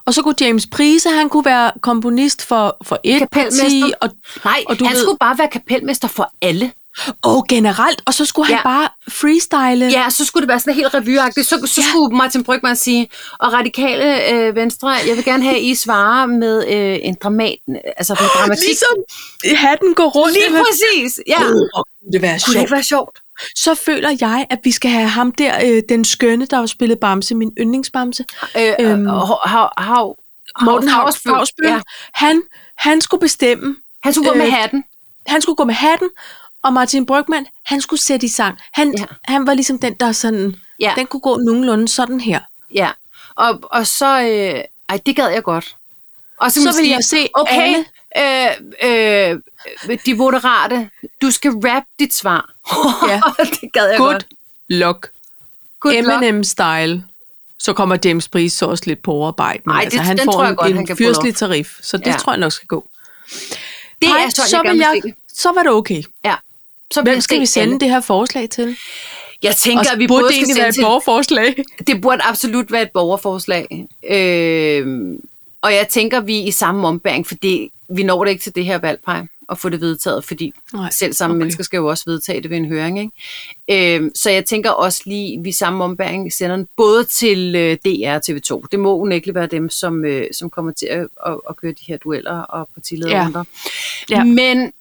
Speaker 1: og så kunne James Price, han kunne være komponist for, for et
Speaker 2: Kapelmester.
Speaker 1: parti, og,
Speaker 2: Nej,
Speaker 1: Og du
Speaker 2: han
Speaker 1: ved-
Speaker 2: skulle bare være kapelmester for alle.
Speaker 1: og generelt, og så skulle ja.
Speaker 2: Ja.
Speaker 1: han bare freestyle.
Speaker 2: Ja, så skulle det være sådan helt revyagtigt. Så, så ja. skulle Martin Brygman sige, og radikale øh, venstre, jeg vil gerne have, at I svarer med øh, en dramat, altså med dramatik.
Speaker 1: Ligesom hatten går rundt.
Speaker 2: Lige
Speaker 1: eller-
Speaker 2: præcis, ja.
Speaker 1: Åh, kunne det være
Speaker 2: Kunne det
Speaker 1: sjovt.
Speaker 2: ikke være sjovt?
Speaker 1: Så føler jeg, at vi skal have ham der, øh, den skønne, der har spillet Bamse, min yndlingsbamse,
Speaker 2: Øh,
Speaker 1: Øhm,
Speaker 2: øhm, hav, hav, hav,
Speaker 1: Morten
Speaker 2: Havsbøl.
Speaker 1: Havsbøl. Ja.
Speaker 2: Ja.
Speaker 1: Han, han skulle bestemme.
Speaker 2: Han skulle gå med
Speaker 1: Øh,
Speaker 2: hatten.
Speaker 1: Han skulle gå med hatten, og Martin Brygman, han skulle sætte i sang. Han,
Speaker 2: Ja.
Speaker 1: ja. han var ligesom den, der sådan,
Speaker 2: Ja.
Speaker 1: ja. den kunne gå nogenlunde sådan her.
Speaker 2: Ja, og, og så... Øh, ej, det gad jeg godt. Og
Speaker 1: Så
Speaker 2: man
Speaker 1: vil
Speaker 2: siger,
Speaker 1: jeg se
Speaker 2: okay,
Speaker 1: alle.
Speaker 2: Øh, øh, de moderate, du skal rap dit svar.
Speaker 1: (laughs)
Speaker 2: (laughs)
Speaker 1: Ja.
Speaker 2: det gad jeg
Speaker 1: Good
Speaker 2: godt.
Speaker 1: luck.
Speaker 2: Good luck.
Speaker 1: Eminem-style. Så kommer James Price så også lidt på overarbejde. Men
Speaker 2: Ej,
Speaker 1: altså,
Speaker 2: det-
Speaker 1: han
Speaker 2: den
Speaker 1: får
Speaker 2: tror jeg
Speaker 1: en,
Speaker 2: godt,
Speaker 1: en
Speaker 2: han kan få
Speaker 1: fyrstelig tarif, så det
Speaker 2: Ja.
Speaker 1: ja. tror jeg nok skal gå.
Speaker 2: Det
Speaker 1: Hej,
Speaker 2: er sådan, jeg gerne vil se det.
Speaker 1: Så var det okay.
Speaker 2: Ja. Så vil
Speaker 1: Hvem
Speaker 2: jeg
Speaker 1: skal
Speaker 2: se
Speaker 1: vi sende
Speaker 2: alle.
Speaker 1: det her forslag til?
Speaker 2: Jeg tænker, at vi
Speaker 1: burde
Speaker 2: både
Speaker 1: det
Speaker 2: skal
Speaker 1: egentlig
Speaker 2: sende
Speaker 1: være et
Speaker 2: til...
Speaker 1: borgerforslag?
Speaker 2: Det burde absolut være et borgerforslag. Øh, og jeg tænker, vi er i samme ombæring, fordi vi når det ikke til det her valgpej og få det vedtaget, fordi
Speaker 1: Nej,
Speaker 2: selv samme okay.
Speaker 1: okay.
Speaker 2: mennesker skal jo også vedtage det ved en høring. Ikke? Øh, så jeg tænker også lige, vi i samme ombæring sender den både til øh, DR og TV2. Det må unægteligt være dem, som, øh, som kommer til at, at, at køre de her dueller og partilederrunder. Ja.
Speaker 1: Ja.
Speaker 2: Ja. Men,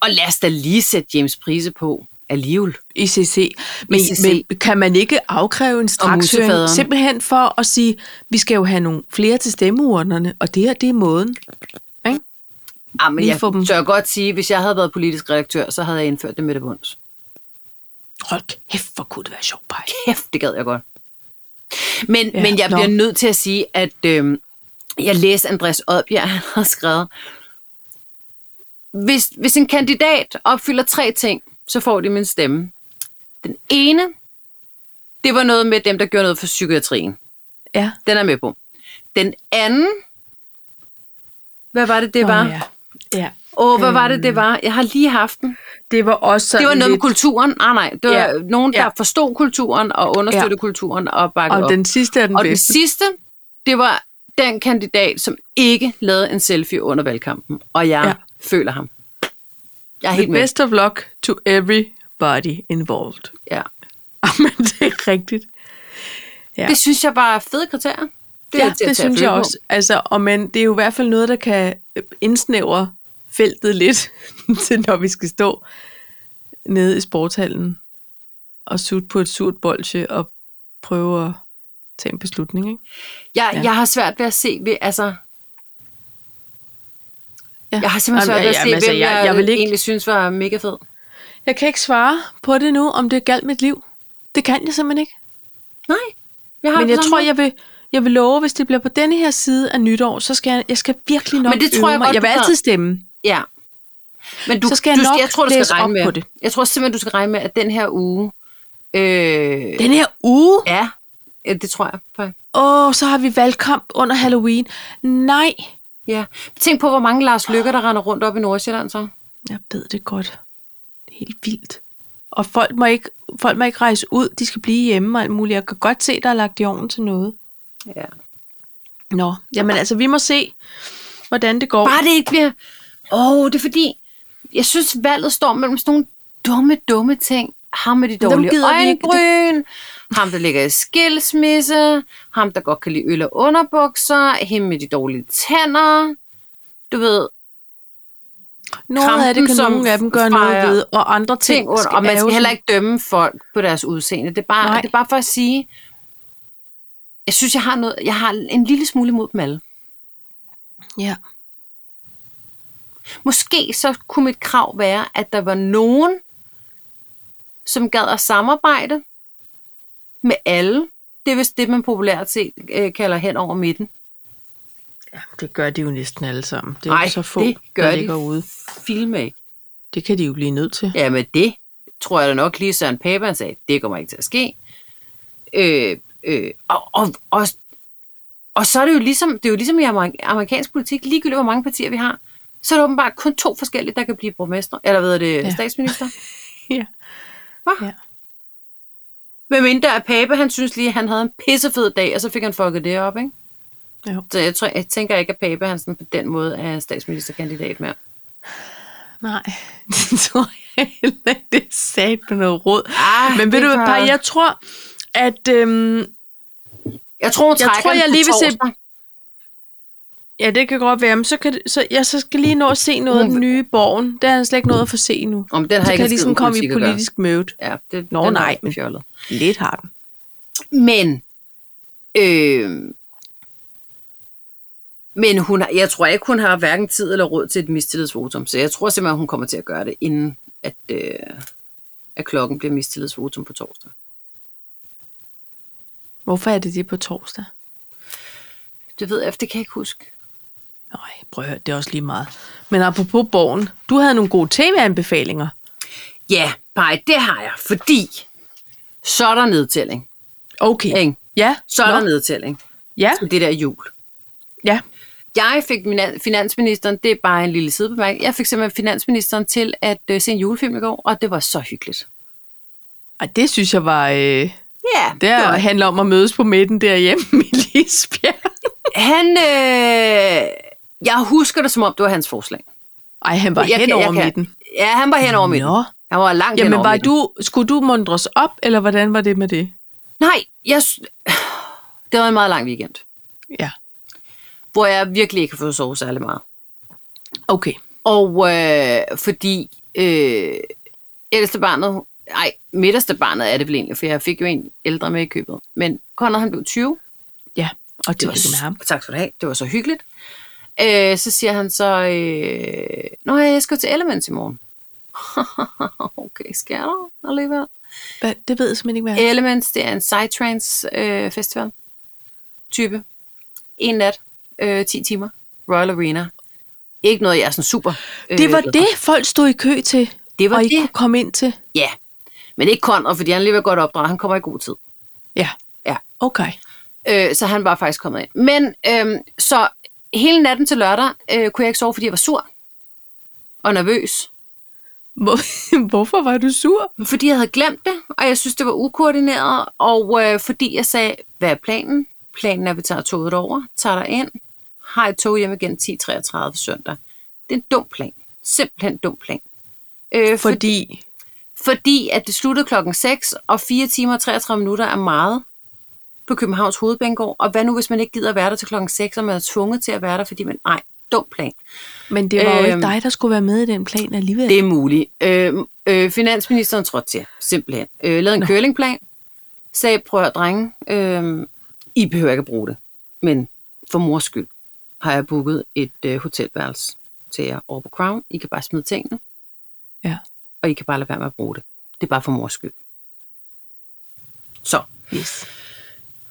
Speaker 2: og lad os da lige sætte James Prise på alligevel.
Speaker 1: ICC. Men,
Speaker 2: ICC.
Speaker 1: ICC. men kan man ikke afkræve en
Speaker 2: musefaderen.
Speaker 1: strakshøring simpelthen for at sige, vi skal jo have nogle flere til stemmeurnerne, og det her, det er måden. Ikke?
Speaker 2: Ja, Ah, men
Speaker 1: Lige
Speaker 2: jeg
Speaker 1: få dem.
Speaker 2: tør godt sige, hvis jeg havde været politisk redaktør, så havde jeg indført det med det bunds.
Speaker 1: Hold kæft, hvor kunne det være sjovt, Paj.
Speaker 2: Kæft, det gad jeg godt. Men, ja,
Speaker 1: Ja,
Speaker 2: men jeg
Speaker 1: nå.
Speaker 2: bliver nødt til at sige, at øh, jeg læste Andreas Odbjerg, han har skrevet, hvis, hvis en kandidat opfylder tre ting, så får de min stemme. Den ene, det var noget med dem, der gjorde noget for psykiatrien.
Speaker 1: Ja.
Speaker 2: Den er jeg med på. Den anden, hvad var det, det
Speaker 1: Nå,
Speaker 2: var? Åh,
Speaker 1: Ja. ja.
Speaker 2: oh, hvad var det, det var? Jeg har lige haft den.
Speaker 1: Det var også sådan
Speaker 2: Det var noget med
Speaker 1: lidt,
Speaker 2: kulturen. Ah, Nej, nej. Det var ja.
Speaker 1: Ja.
Speaker 2: nogen, der ja.
Speaker 1: Ja.
Speaker 2: forstod kulturen og understøttede ja. kulturen og bakkede
Speaker 1: Og
Speaker 2: op.
Speaker 1: den sidste er den
Speaker 2: og den
Speaker 1: bedste.
Speaker 2: sidste, det var den kandidat, som ikke lavede en selfie under valgkampen. Og jeg ja.
Speaker 1: Ja.
Speaker 2: føler ham. Jeg er
Speaker 1: The
Speaker 2: helt med.
Speaker 1: best of luck to everybody involved. (laughs)
Speaker 2: Ja.
Speaker 1: Men det er rigtigt. Ja.
Speaker 2: Det synes jeg var fede kriterier. Det, er
Speaker 1: ja,
Speaker 2: til
Speaker 1: det
Speaker 2: at tage at
Speaker 1: synes
Speaker 2: føle
Speaker 1: jeg
Speaker 2: på.
Speaker 1: også. Altså, og men det er jo i hvert fald noget, der kan øh, indsnævre feltet lidt, (laughs) til når vi skal stå nede i sporthallen og sutte på et surt bolsje og prøve at tage en beslutning. Ikke?
Speaker 2: Jeg, ja.
Speaker 1: Ja.
Speaker 2: jeg har svært ved at se, ved, altså...
Speaker 1: Ja.
Speaker 2: Jeg har simpelthen svært
Speaker 1: Jamen,
Speaker 2: ved at se,
Speaker 1: jamen, altså,
Speaker 2: hvem
Speaker 1: jeg-
Speaker 2: jeg,
Speaker 1: jeg vil ikke-
Speaker 2: egentlig synes var mega fed.
Speaker 1: Jeg kan ikke svare på det nu, om det galt mit liv. Det kan jeg simpelthen ikke.
Speaker 2: Nej. Jeg har
Speaker 1: Men
Speaker 2: det
Speaker 1: jeg
Speaker 2: sådan
Speaker 1: tror,
Speaker 2: her.
Speaker 1: jeg vil, jeg vil love, hvis det bliver på denne her side af nytår, så skal jeg, jeg skal virkelig nok
Speaker 2: Men det tror
Speaker 1: øve
Speaker 2: jeg
Speaker 1: mig.
Speaker 2: godt,
Speaker 1: jeg vil
Speaker 2: du kan.
Speaker 1: altid stemme.
Speaker 2: Ja. Men du,
Speaker 1: Så skal jeg
Speaker 2: du,
Speaker 1: nok
Speaker 2: jeg tror, du skal
Speaker 1: læse
Speaker 2: regne
Speaker 1: op
Speaker 2: med.
Speaker 1: på det.
Speaker 2: Jeg tror simpelthen, du skal regne med, at den her uge... Øh,
Speaker 1: Den her uge,
Speaker 2: ja, ja, det tror jeg. faktisk.
Speaker 1: åh, så har vi valgkamp under Halloween. Nej,
Speaker 2: Ja. Tænk på, hvor mange Lars Lykker, der render rundt op i Nordsjælland så.
Speaker 1: jeg ved det godt. Det er helt vildt. Og folk må, ikke, folk må ikke rejse ud, de skal blive hjemme og alt muligt. Jeg kan godt se, der er lagt i ovnen til noget.
Speaker 2: Ja.
Speaker 1: Nå, jamen altså, vi må se, hvordan det går.
Speaker 2: Bare det ikke bliver... Åh, oh, det er fordi, jeg synes, valget står mellem sådan nogle dumme, dumme ting. Ham med de
Speaker 1: dem
Speaker 2: dårlige
Speaker 1: gider vi ikke.
Speaker 2: øjenbryn, ham der ligger i skilsmisse, ham der godt kan lide øl og underbukser, hende med de dårlige tænder, du ved,
Speaker 1: Nogle af det kan
Speaker 2: krampen,
Speaker 1: nogle
Speaker 2: som
Speaker 1: af dem gøre noget
Speaker 2: fejrer
Speaker 1: ved, og andre ting,
Speaker 2: ting under, og man
Speaker 1: er
Speaker 2: skal
Speaker 1: jo
Speaker 2: heller
Speaker 1: sådan-
Speaker 2: ikke dømme folk på deres udseende. Det er bare,
Speaker 1: Nej.
Speaker 2: det er bare for at sige, jeg synes, jeg har, noget, jeg har en lille smule imod dem alle.
Speaker 1: Ja.
Speaker 2: Måske så kunne mit krav være, at der var nogen, som gad at samarbejde med alle. Det er vist det, man populært set øh, kalder hen over midten.
Speaker 1: Det gør de jo næsten alle sammen. Det er
Speaker 2: Nej,
Speaker 1: jo så få,
Speaker 2: det gør
Speaker 1: der
Speaker 2: de.
Speaker 1: ligger ude.
Speaker 2: Film af.
Speaker 1: Det kan de jo blive nødt til. Ja.
Speaker 2: Jamen det tror jeg da nok lige Søren Pape han sagde, det kommer ikke til at ske. Øh, øh, og, og, og, og så er det jo ligesom, det er jo ligesom i amer- amerikansk politik, ligegyldigt hvor mange partier vi har, så er der åbenbart kun to forskellige, der kan blive borgmester, eller hvad er det,
Speaker 1: Ja.
Speaker 2: ja. statsminister.
Speaker 1: (laughs) Ja.
Speaker 2: Hva?
Speaker 1: Ja.
Speaker 2: Ja. Hvem mindre at Pape, han synes lige, at han havde en pissefed dag, og så fik han fucket det op, ikke?
Speaker 1: Jo.
Speaker 2: Så jeg, tror, jeg tænker ikke, at Pape han sådan på den måde er statsministerkandidat mere.
Speaker 1: Nej, (laughs) det tror jeg heller ikke. Det er sat med noget råd.
Speaker 2: Ah,
Speaker 1: Men ved du hvad, Paj,
Speaker 2: jeg,
Speaker 1: jeg tror, at... Øhm,
Speaker 2: jeg tror, hun
Speaker 1: jeg
Speaker 2: trækker
Speaker 1: tror,
Speaker 2: den
Speaker 1: jeg
Speaker 2: på
Speaker 1: lige vil se-
Speaker 2: torsdag.
Speaker 1: ja, det kan godt være, men så, kan, det- så jeg så skal lige nå at se noget af den nye borgen. Det har jeg slet ikke nået at få se nu.
Speaker 2: Om den har
Speaker 1: Så kan
Speaker 2: ikke
Speaker 1: jeg
Speaker 2: en skid
Speaker 1: ligesom
Speaker 2: med
Speaker 1: komme i
Speaker 2: politik at gøre.
Speaker 1: politisk møde.
Speaker 2: Ja, det,
Speaker 1: Nå,
Speaker 2: den er
Speaker 1: nej,
Speaker 2: også
Speaker 1: men-
Speaker 2: fjollet.
Speaker 1: Lidt har den.
Speaker 2: Men, øh, men hun har, jeg tror ikke, hun har hverken tid eller råd til et mistillidsvotum, så jeg tror simpelthen, hun kommer til at gøre det, inden at, øh, at klokken bliver mistillidsvotum på torsdag.
Speaker 1: Hvorfor er det det på torsdag?
Speaker 2: Det ved jeg, for det kan jeg ikke huske.
Speaker 1: Nej, prøv at høre, det er også lige meget. Men apropos borgen, du havde nogle gode tv-anbefalinger.
Speaker 2: Ja, nej, det har jeg, fordi så er der nedtælling.
Speaker 1: Okay.
Speaker 2: Ikke?
Speaker 1: Ja,
Speaker 2: Så er der
Speaker 1: nå.
Speaker 2: nedtælling
Speaker 1: Ja,
Speaker 2: til det der jul.
Speaker 1: ja.
Speaker 2: Jeg fik min- finansministeren, det er bare en lille sidebemærkning, jeg fik simpelthen finansministeren til at øh, se en julefilm i går, og det var så hyggeligt.
Speaker 1: Ej, det synes jeg var... Øh,
Speaker 2: Ja,
Speaker 1: det
Speaker 2: det var-
Speaker 1: handler om at mødes på midten derhjemme (laughs) i Lisbjerg.
Speaker 2: han, øh, jeg husker det som om, det var hans forslag.
Speaker 1: Ej, han var
Speaker 2: Jeg kan-
Speaker 1: hen over
Speaker 2: jeg kan-
Speaker 1: midten.
Speaker 2: Ja, han var hen over midten.
Speaker 1: Nå.
Speaker 2: Han var langt hen
Speaker 1: Jamen,
Speaker 2: over
Speaker 1: var
Speaker 2: midten.
Speaker 1: du, skulle du mundres op, eller hvordan var det med det?
Speaker 2: Nej, jeg, s- det var en meget lang weekend,
Speaker 1: Ja,
Speaker 2: hvor jeg virkelig ikke har fået sovet særlig meget.
Speaker 1: okay.
Speaker 2: Og øh, fordi øh, ældste barnet, nej, midterste barnet er det vel egentlig, for jeg fik jo en ældre med i købet. Men Conrad, han blev 20,
Speaker 1: Ja, og
Speaker 2: Det
Speaker 1: tillykke med ham.
Speaker 2: Tak skal du have. Det var så hyggeligt. Øh, så siger han så, øh, Nå, ja, jeg skal jo til Elements i morgen. (laughs) okay, skal du alligevel?
Speaker 1: Hvad, det ved jeg simpelthen ikke, hvad er.
Speaker 2: Elements, det er en psytrance øh, festival type. En nat, øh, 10 timer, Royal Arena. Ikke noget, jeg er sådan super. Øh,
Speaker 1: Det var
Speaker 2: glad for.
Speaker 1: det, folk stod i kø til,
Speaker 2: Det var
Speaker 1: og ikke
Speaker 2: det.
Speaker 1: kunne komme ind til.
Speaker 2: Ja, men ikke Conrad, fordi han lever godt opdraget. Han kommer i god tid.
Speaker 1: Ja,
Speaker 2: Ja.
Speaker 1: okay.
Speaker 2: Øh, så han var faktisk kommet ind. Men øh, så hele natten til lørdag øh, kunne jeg ikke sove, fordi jeg var sur og nervøs.
Speaker 1: Hvor, (laughs) hvorfor var du sur?
Speaker 2: Fordi jeg havde glemt det, og jeg synes, det var ukoordineret. Og øh, fordi jeg sagde, hvad er planen? Planen er, at vi tager toget over, tager dig ind, har et tog hjem igen 10.33 søndag. Det er en dum plan. Simpelthen en dum plan. Øh, for,
Speaker 1: Fordi,
Speaker 2: fordi at det sluttede klokken 6, og 4 timer og 33 minutter er meget på Københavns Hovedbanegård. Og hvad nu, hvis man ikke gider at være der til klokken 6, og man er tvunget til at være der, fordi man... Nej, dum plan.
Speaker 1: men det var jo ikke
Speaker 2: Øhm.
Speaker 1: dig, der skulle være med i den plan alligevel.
Speaker 2: Det er muligt. Øh, øh, finansministeren trådte til, simpelthen. Øh, lavede en Nå. curlingplan. Sagde, prøv at høre, drenge, øh, I behøver ikke at bruge det. Men for mors skyld har jeg booket et øh, hotelværelse til jer over på Crown. I kan bare smide tingene.
Speaker 1: Ja.
Speaker 2: Og I kan bare lade være med at bruge det. Det er bare for mors skyld. Så.
Speaker 1: Yes.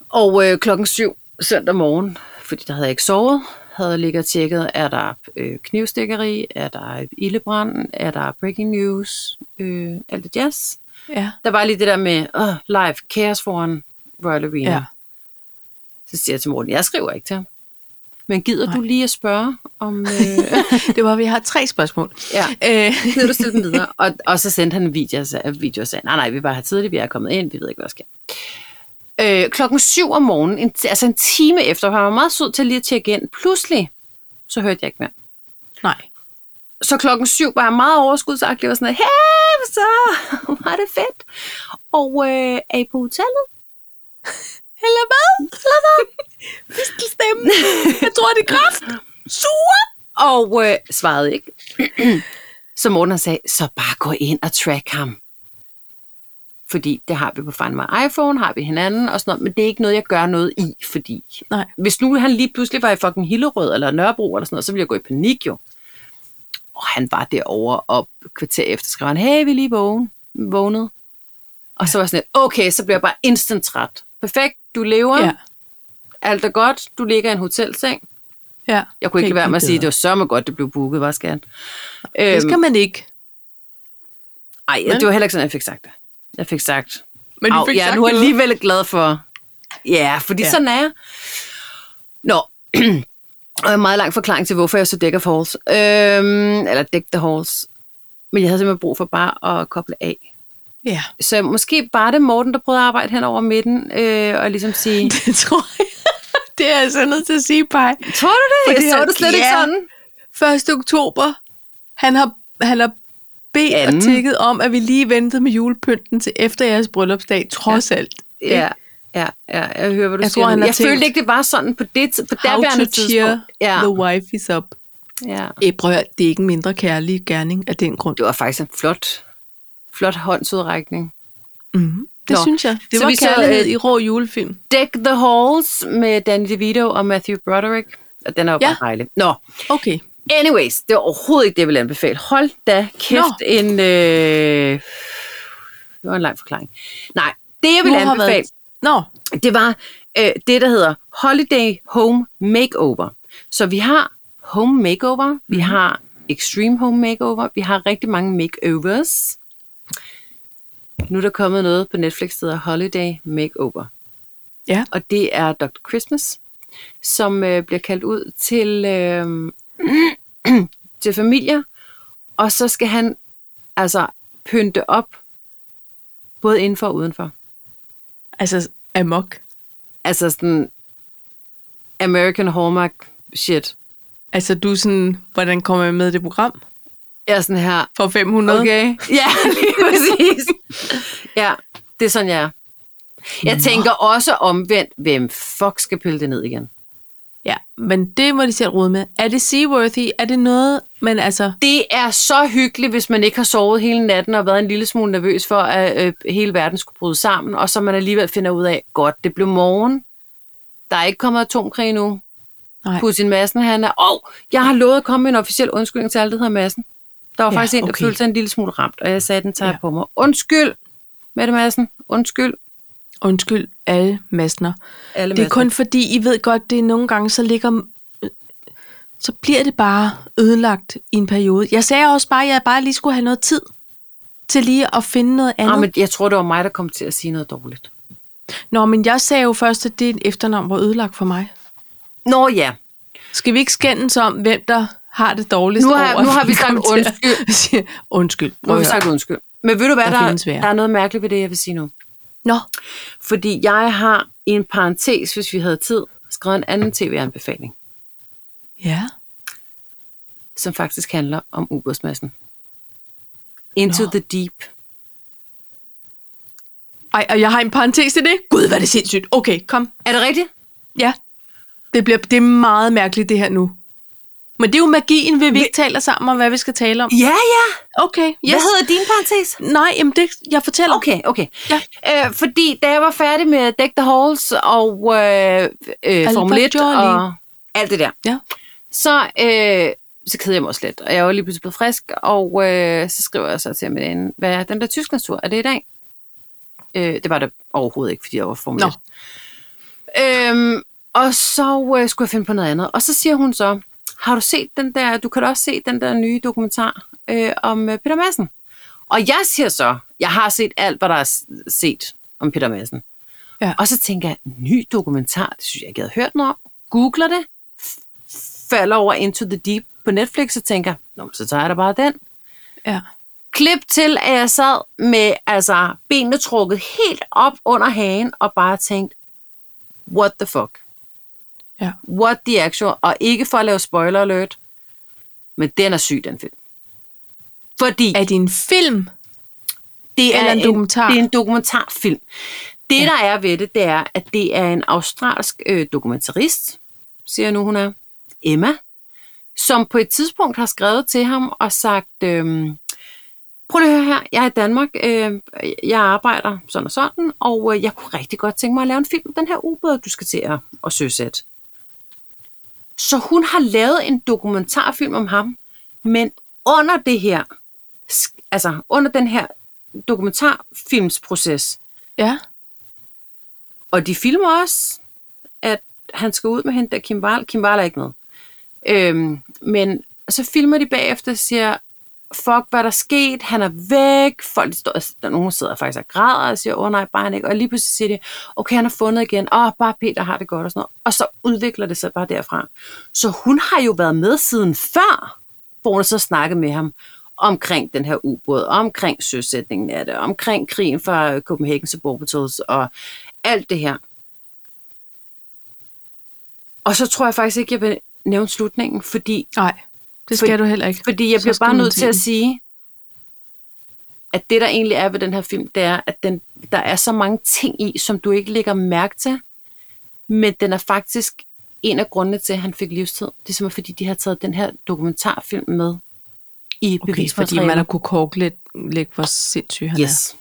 Speaker 2: Og øh, klokken 7 søndag morgen, fordi der havde jeg ikke sovet, havde jeg ligget og tjekket, er der øh, knivstikkeri, er der ildebrand, er der breaking news, øh, alt det jazz.
Speaker 1: Ja,
Speaker 2: Der var lige det der med øh, live kaos foran Royal Arena.
Speaker 1: ja.
Speaker 2: Ja. Så siger jeg til Morten, jeg skriver ikke til ham. Men gider Nej.
Speaker 1: Nej.
Speaker 2: du lige at spørge om... Øh,
Speaker 1: Det var, vi har tre spørgsmål.
Speaker 2: ja.
Speaker 1: Øh, (laughs)
Speaker 2: Gider du stille dem videre? Og, og så sendte han en video og sagde, video og sagde nej, nej, vi er bare her tidligt, vi er kommet ind, vi ved ikke, hvad der sker. Øh, klokken 7 om morgenen, en, altså en time efter, for han var meget sød til lige at tjekke ind. Pludselig, så hørte jeg ikke mere.
Speaker 1: nej.
Speaker 2: Så klokken 7 var jeg meget overskudsagtig og sådan noget, hey, hvad så? (laughs) var det fedt. Og øh, er I på hotellet?
Speaker 1: Eller hvad? Eller hvad? (laughs) Fistelstemme. Jeg tror, det er kraft. Sure.
Speaker 2: Og øh, svarede ikke. (clears throat) så Morten han sagde, så bare gå ind og track ham. Fordi det har vi på Find My iPhone, har vi hinanden og sådan noget, men det er ikke noget, jeg gør noget i, fordi...
Speaker 1: Nej.
Speaker 2: Hvis nu han lige pludselig var i fucking Hillerød eller Nørrebro eller sådan noget, så ville jeg gå i panik jo. Og han var derovre, og et kvarter efter skrev han, hey, vi er lige vågen, vågnet. Og så var jeg sådan, lidt, okay, så bliver jeg bare instant træt. Perfekt, du lever,
Speaker 1: Ja.
Speaker 2: alt er godt, du ligger i en hotelseng,
Speaker 1: Ja.
Speaker 2: Jeg kunne
Speaker 1: Det
Speaker 2: ikke
Speaker 1: er
Speaker 2: lade være med at
Speaker 1: ikke
Speaker 2: sige, at
Speaker 1: bedre.
Speaker 2: det var sørme godt, det blev booket, var skal
Speaker 1: Det skal man ikke.
Speaker 2: Ej,
Speaker 1: Men-
Speaker 2: det var heller ikke sådan, jeg fik sagt det. Jeg fik sagt,
Speaker 1: Men
Speaker 2: Au, jeg er nu alligevel glad for. Ja, fordi
Speaker 1: Ja.
Speaker 2: ja. sådan er jeg. Nå, (clears throat) og en meget lang forklaring til, hvorfor jeg så dækker for halls. Øhm, eller dæk the halls. Men jeg havde simpelthen brug for bare at koble af.
Speaker 1: Ja,
Speaker 2: Så måske bare det Morten, der prøvede at arbejde hen over midten, øh, og ligesom sige,
Speaker 1: det tror jeg. (laughs) Det er jeg altså nødt til at sige, Paj.
Speaker 2: tror du det?
Speaker 1: Fordi
Speaker 2: jeg så
Speaker 1: han-
Speaker 2: det slet ikke
Speaker 1: ja.
Speaker 2: sådan.
Speaker 1: 1. oktober, han har, han har bedt
Speaker 2: Anden.
Speaker 1: og tækket om, at vi lige ventede med julepynten til efter jeres bryllupsdag, trods ja. alt.
Speaker 2: Ja, ja, ja, jeg hører, hvad du
Speaker 1: Jeg
Speaker 2: siger.
Speaker 1: tror, han
Speaker 2: nu.
Speaker 1: har
Speaker 2: jeg
Speaker 1: tænkt,
Speaker 2: følte ikke, det var sådan på det t- på
Speaker 1: How
Speaker 2: derværende
Speaker 1: to cheer
Speaker 2: tidspunkt. Ja,
Speaker 1: the wife is up.
Speaker 2: ja.
Speaker 1: Æ, Øh, prøv at, høre, det er ikke en mindre kærlig gerning af den grund.
Speaker 2: Det var faktisk en flot, flot håndsudrækning.
Speaker 1: Mm-hmm. Det
Speaker 2: Nå,
Speaker 1: synes jeg. Det
Speaker 2: så
Speaker 1: var
Speaker 2: vi så,
Speaker 1: kærlighed
Speaker 2: øh,
Speaker 1: i rå julefilm.
Speaker 2: Deck the Halls med Danny DeVito og Matthew Broderick. Og den er jo
Speaker 1: Ja.
Speaker 2: ja. bare dejlig. Nå,
Speaker 1: Okay.
Speaker 2: anyways, det er overhovedet ikke det, jeg vil anbefale. Hold da kæft
Speaker 1: Nå.
Speaker 2: Nå. en... Øh... Det var en lang forklaring. Nej, det jeg vil
Speaker 1: Nu har
Speaker 2: anbefale,
Speaker 1: været- Nå,
Speaker 2: det var øh, det, der hedder Holiday Home Makeover. Så vi har Home Makeover, vi har Extreme Home Makeover, vi har rigtig mange makeovers. Nu er der kommet noget på Netflix, der hedder Holiday Makeover.
Speaker 1: Ja.
Speaker 2: Og det er Dr. Christmas, som øh, bliver kaldt ud til, øh, (clears throat) til familier, og så skal han altså pynte op, både indenfor og udenfor.
Speaker 1: altså amok.
Speaker 2: Altså sådan American Hallmark shit.
Speaker 1: Altså du er sådan, hvordan kommer jeg med i det program?
Speaker 2: Jeg er sådan her,
Speaker 1: For 500?
Speaker 2: okay. (laughs) Ja, lige præcis. ja, det er sådan, jeg er. Jeg tænker også omvendt, hvem fuck skal pille det ned igen?
Speaker 1: Ja, men det må de selv rode med. Er det seaworthy? Er det noget, men altså...
Speaker 2: Det er så hyggeligt, hvis man ikke har sovet hele natten og været en lille smule nervøs for, at øh, hele verden skulle bryde sammen, og så man alligevel finder ud af, godt, det blev morgen. Der er ikke kommet atomkrig endnu.
Speaker 1: Nej.
Speaker 2: Putin Madsen, han er, åh, oh, jeg har lovet at komme med en officiel undskyldning til alt det her Madsen. Der var
Speaker 1: Ja,
Speaker 2: ja, faktisk en, der
Speaker 1: okay.
Speaker 2: okay. følte sig en lille smule ramt, og jeg sagde, den tager
Speaker 1: Ja.
Speaker 2: ja. på mig. Undskyld, Mette Madsen, undskyld.
Speaker 1: Undskyld, alle massner.
Speaker 2: Alle
Speaker 1: Det er kun fordi, I ved godt, det er nogle gange, så ligger... Så bliver det bare ødelagt i en periode. Jeg sagde også bare, at jeg bare lige skulle have noget tid til lige at finde noget andet.
Speaker 2: Ah, men jeg tror, det var mig, der kom til at sige noget dårligt.
Speaker 1: Nå, men jeg sagde jo først, at det efternavn var ødelagt for mig.
Speaker 2: Nå ja,
Speaker 1: Skal vi ikke skændes om, hvem der har det dårligst
Speaker 2: Nu har-
Speaker 1: over,
Speaker 2: nu
Speaker 1: (laughs)
Speaker 2: har vi
Speaker 1: at
Speaker 2: sagt
Speaker 1: kom til at (laughs)
Speaker 2: undskyld.
Speaker 1: sige, undskyld.
Speaker 2: nu har vi sagt undskyld. Men ved du hvad,
Speaker 1: Der
Speaker 2: der,
Speaker 1: findes
Speaker 2: der,
Speaker 1: værre.
Speaker 2: der er noget mærkeligt ved det, jeg vil sige nu.
Speaker 1: Nå,
Speaker 2: Fordi jeg har i en parentes, hvis vi havde tid, skrevet en anden tv-anbefaling,
Speaker 1: ja.
Speaker 2: som faktisk handler om ubådsmassen. Into
Speaker 1: Nå.
Speaker 2: Nå. the Deep.
Speaker 1: Ej, og jeg har en parentes til det. Gud, hvad er det sindssygt. Okay, kom.
Speaker 2: Er det rigtigt?
Speaker 1: Ja. Det, bliver, det er meget mærkeligt, det her nu. Men det er jo magien ved, at vi ikke taler sammen om, hvad vi skal tale om.
Speaker 2: Ja, ja.
Speaker 1: Okay, yes.
Speaker 2: Hvad hedder din parentes?
Speaker 1: Nej, jamen det, jeg fortæller.
Speaker 2: Okay, okay.
Speaker 1: Ja.
Speaker 2: Øh, fordi da jeg var færdig med Deck the Halls og øh, øh, Formel 1
Speaker 1: Jolly.
Speaker 2: og alt det der,
Speaker 1: Ja.
Speaker 2: så, øh, så kedede jeg mig også lidt. Og jeg var lige pludselig blevet frisk, og øh, så skriver jeg så til ham, inden, hvad er den der Tysklandstur? Er det i dag? Øh, det var det overhovedet ikke, fordi jeg var Formel
Speaker 1: Nå.
Speaker 2: 1. Øhm, og så øh, skulle jeg finde på noget andet. Og så siger hun så, har du set den der, du kan da også se den der nye dokumentar øh, om øh, Peter Madsen. Og jeg siger så, jeg har set alt, hvad der er s- set om Peter Madsen.
Speaker 1: Ja.
Speaker 2: Og så tænker jeg, ny dokumentar, det synes jeg ikke, jeg havde hørt noget om. Googler det, f- falder over Into the Deep på Netflix og tænker, Nå, men så tager jeg da bare den.
Speaker 1: Ja.
Speaker 2: Klip til, at jeg sad med altså, benene trukket helt op under hagen og bare tænkte, what the fuck?
Speaker 1: Ja.
Speaker 2: What the actual? Og ikke for at lave spoiler alert, men den er syg, den film. Fordi
Speaker 1: Er det en film?
Speaker 2: det
Speaker 1: Eller en dokumentar?
Speaker 2: det er en dokumentarfilm. Det, ja. der er ved det, det er, at det er en australsk øh, dokumentarist, siger jeg nu, hun er, Emma, som på et tidspunkt har skrevet til ham og sagt, øh, prøv lige at høre her, jeg er i Danmark, øh, jeg arbejder sådan og sådan, og øh, jeg kunne rigtig godt tænke mig at lave en film om den her ubåd, du skal til at, at søsætte. Så hun har lavet en dokumentarfilm om ham, men under det her, sk- altså under den her dokumentarfilmsproces,
Speaker 1: Ja.
Speaker 2: og de filmer også, at han skal ud med hende der Kim Wall. Kim Wall er ikke med. Øhm, men så filmer de bagefter og siger, fuck, hvad er der sket, han er væk, folk de står, altså, der er nogen der sidder faktisk og græder og siger, åh oh, nej, bare han ikke, og lige pludselig siger de, okay, han er fundet igen, åh, oh, bare Peter har det godt og sådan noget, og så udvikler det sig bare derfra. Så hun har jo været med siden før, hvor hun så snakkede med ham omkring den her ubåd, omkring søsætningen af det, omkring krigen fra Copenhagen til Borbetals og alt det her. Og så tror jeg faktisk ikke, jeg vil nævne slutningen, fordi
Speaker 1: Nej, det
Speaker 2: For-
Speaker 1: skal du heller ikke.
Speaker 2: Fordi jeg
Speaker 1: Så
Speaker 2: bliver
Speaker 1: skal
Speaker 2: bare
Speaker 1: man
Speaker 2: nødt til
Speaker 1: se
Speaker 2: at
Speaker 1: den.
Speaker 2: sige, at det der egentlig er ved den her film, det er, at den, der er så mange ting i, som du ikke lægger mærke til, men den er faktisk en af grundene til, at han fik livstid. Det er simpelthen fordi, de har taget den her dokumentarfilm med i okay,
Speaker 1: Okay, fordi man har kunne korke lidt, lidt hvor sindssyg han er.
Speaker 2: Yes.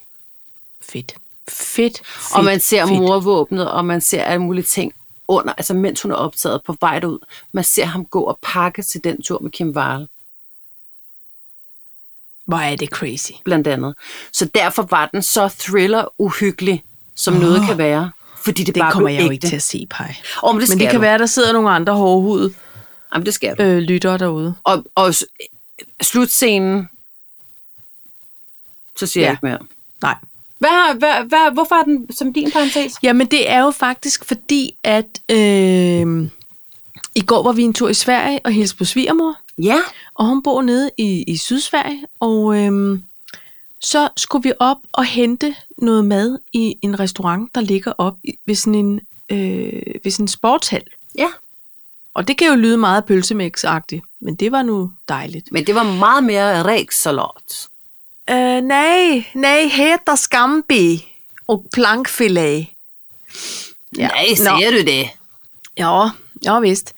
Speaker 1: Fedt. Fedt. fedt
Speaker 2: Og man ser
Speaker 1: fedt.
Speaker 2: morvåbnet, og man ser alle mulige ting under, altså mens hun er optaget på vej derud. Man ser ham gå og pakke til den tur med Kim Varel.
Speaker 1: Hvor er det crazy.
Speaker 2: blandt andet. Så derfor var den så thriller-uhyggelig, som oh, noget kan være. Fordi det,
Speaker 1: Det
Speaker 2: bare
Speaker 1: kommer
Speaker 2: blev
Speaker 1: jeg jo
Speaker 2: ægte.
Speaker 1: ikke til at se, Paj.
Speaker 2: Oh, men det skal
Speaker 1: Men det kan
Speaker 2: du. være.
Speaker 1: være, der sidder nogle andre hårdhudede
Speaker 2: Jamen, det skal du.
Speaker 1: øh, lyttere derude.
Speaker 2: Og, og s- slutscenen, så siger ja. jeg
Speaker 1: Ja.
Speaker 2: ikke mere.
Speaker 1: Nej.
Speaker 2: Hvad, hvad, hvad, hvorfor er den som din parentes?
Speaker 1: Jamen, det er jo faktisk fordi, at øh, i går var vi en tur i Sverige og hilste på svigermor.
Speaker 2: Ja.
Speaker 1: Og hun bor nede i, i Sydsverige, og øhm, så skulle vi op og hente noget mad i en restaurant, der ligger op i- ved sådan en, øh, ved sådan en sportshal.
Speaker 2: Ja.
Speaker 1: Og det kan jo lyde meget pølsemix men det var nu dejligt.
Speaker 2: Men det var meget mere ræksalat.
Speaker 1: Øh, nej, nej, heter skambi og plankfilet.
Speaker 2: Ja. Nej, siger du det?
Speaker 1: Ja, ja vist.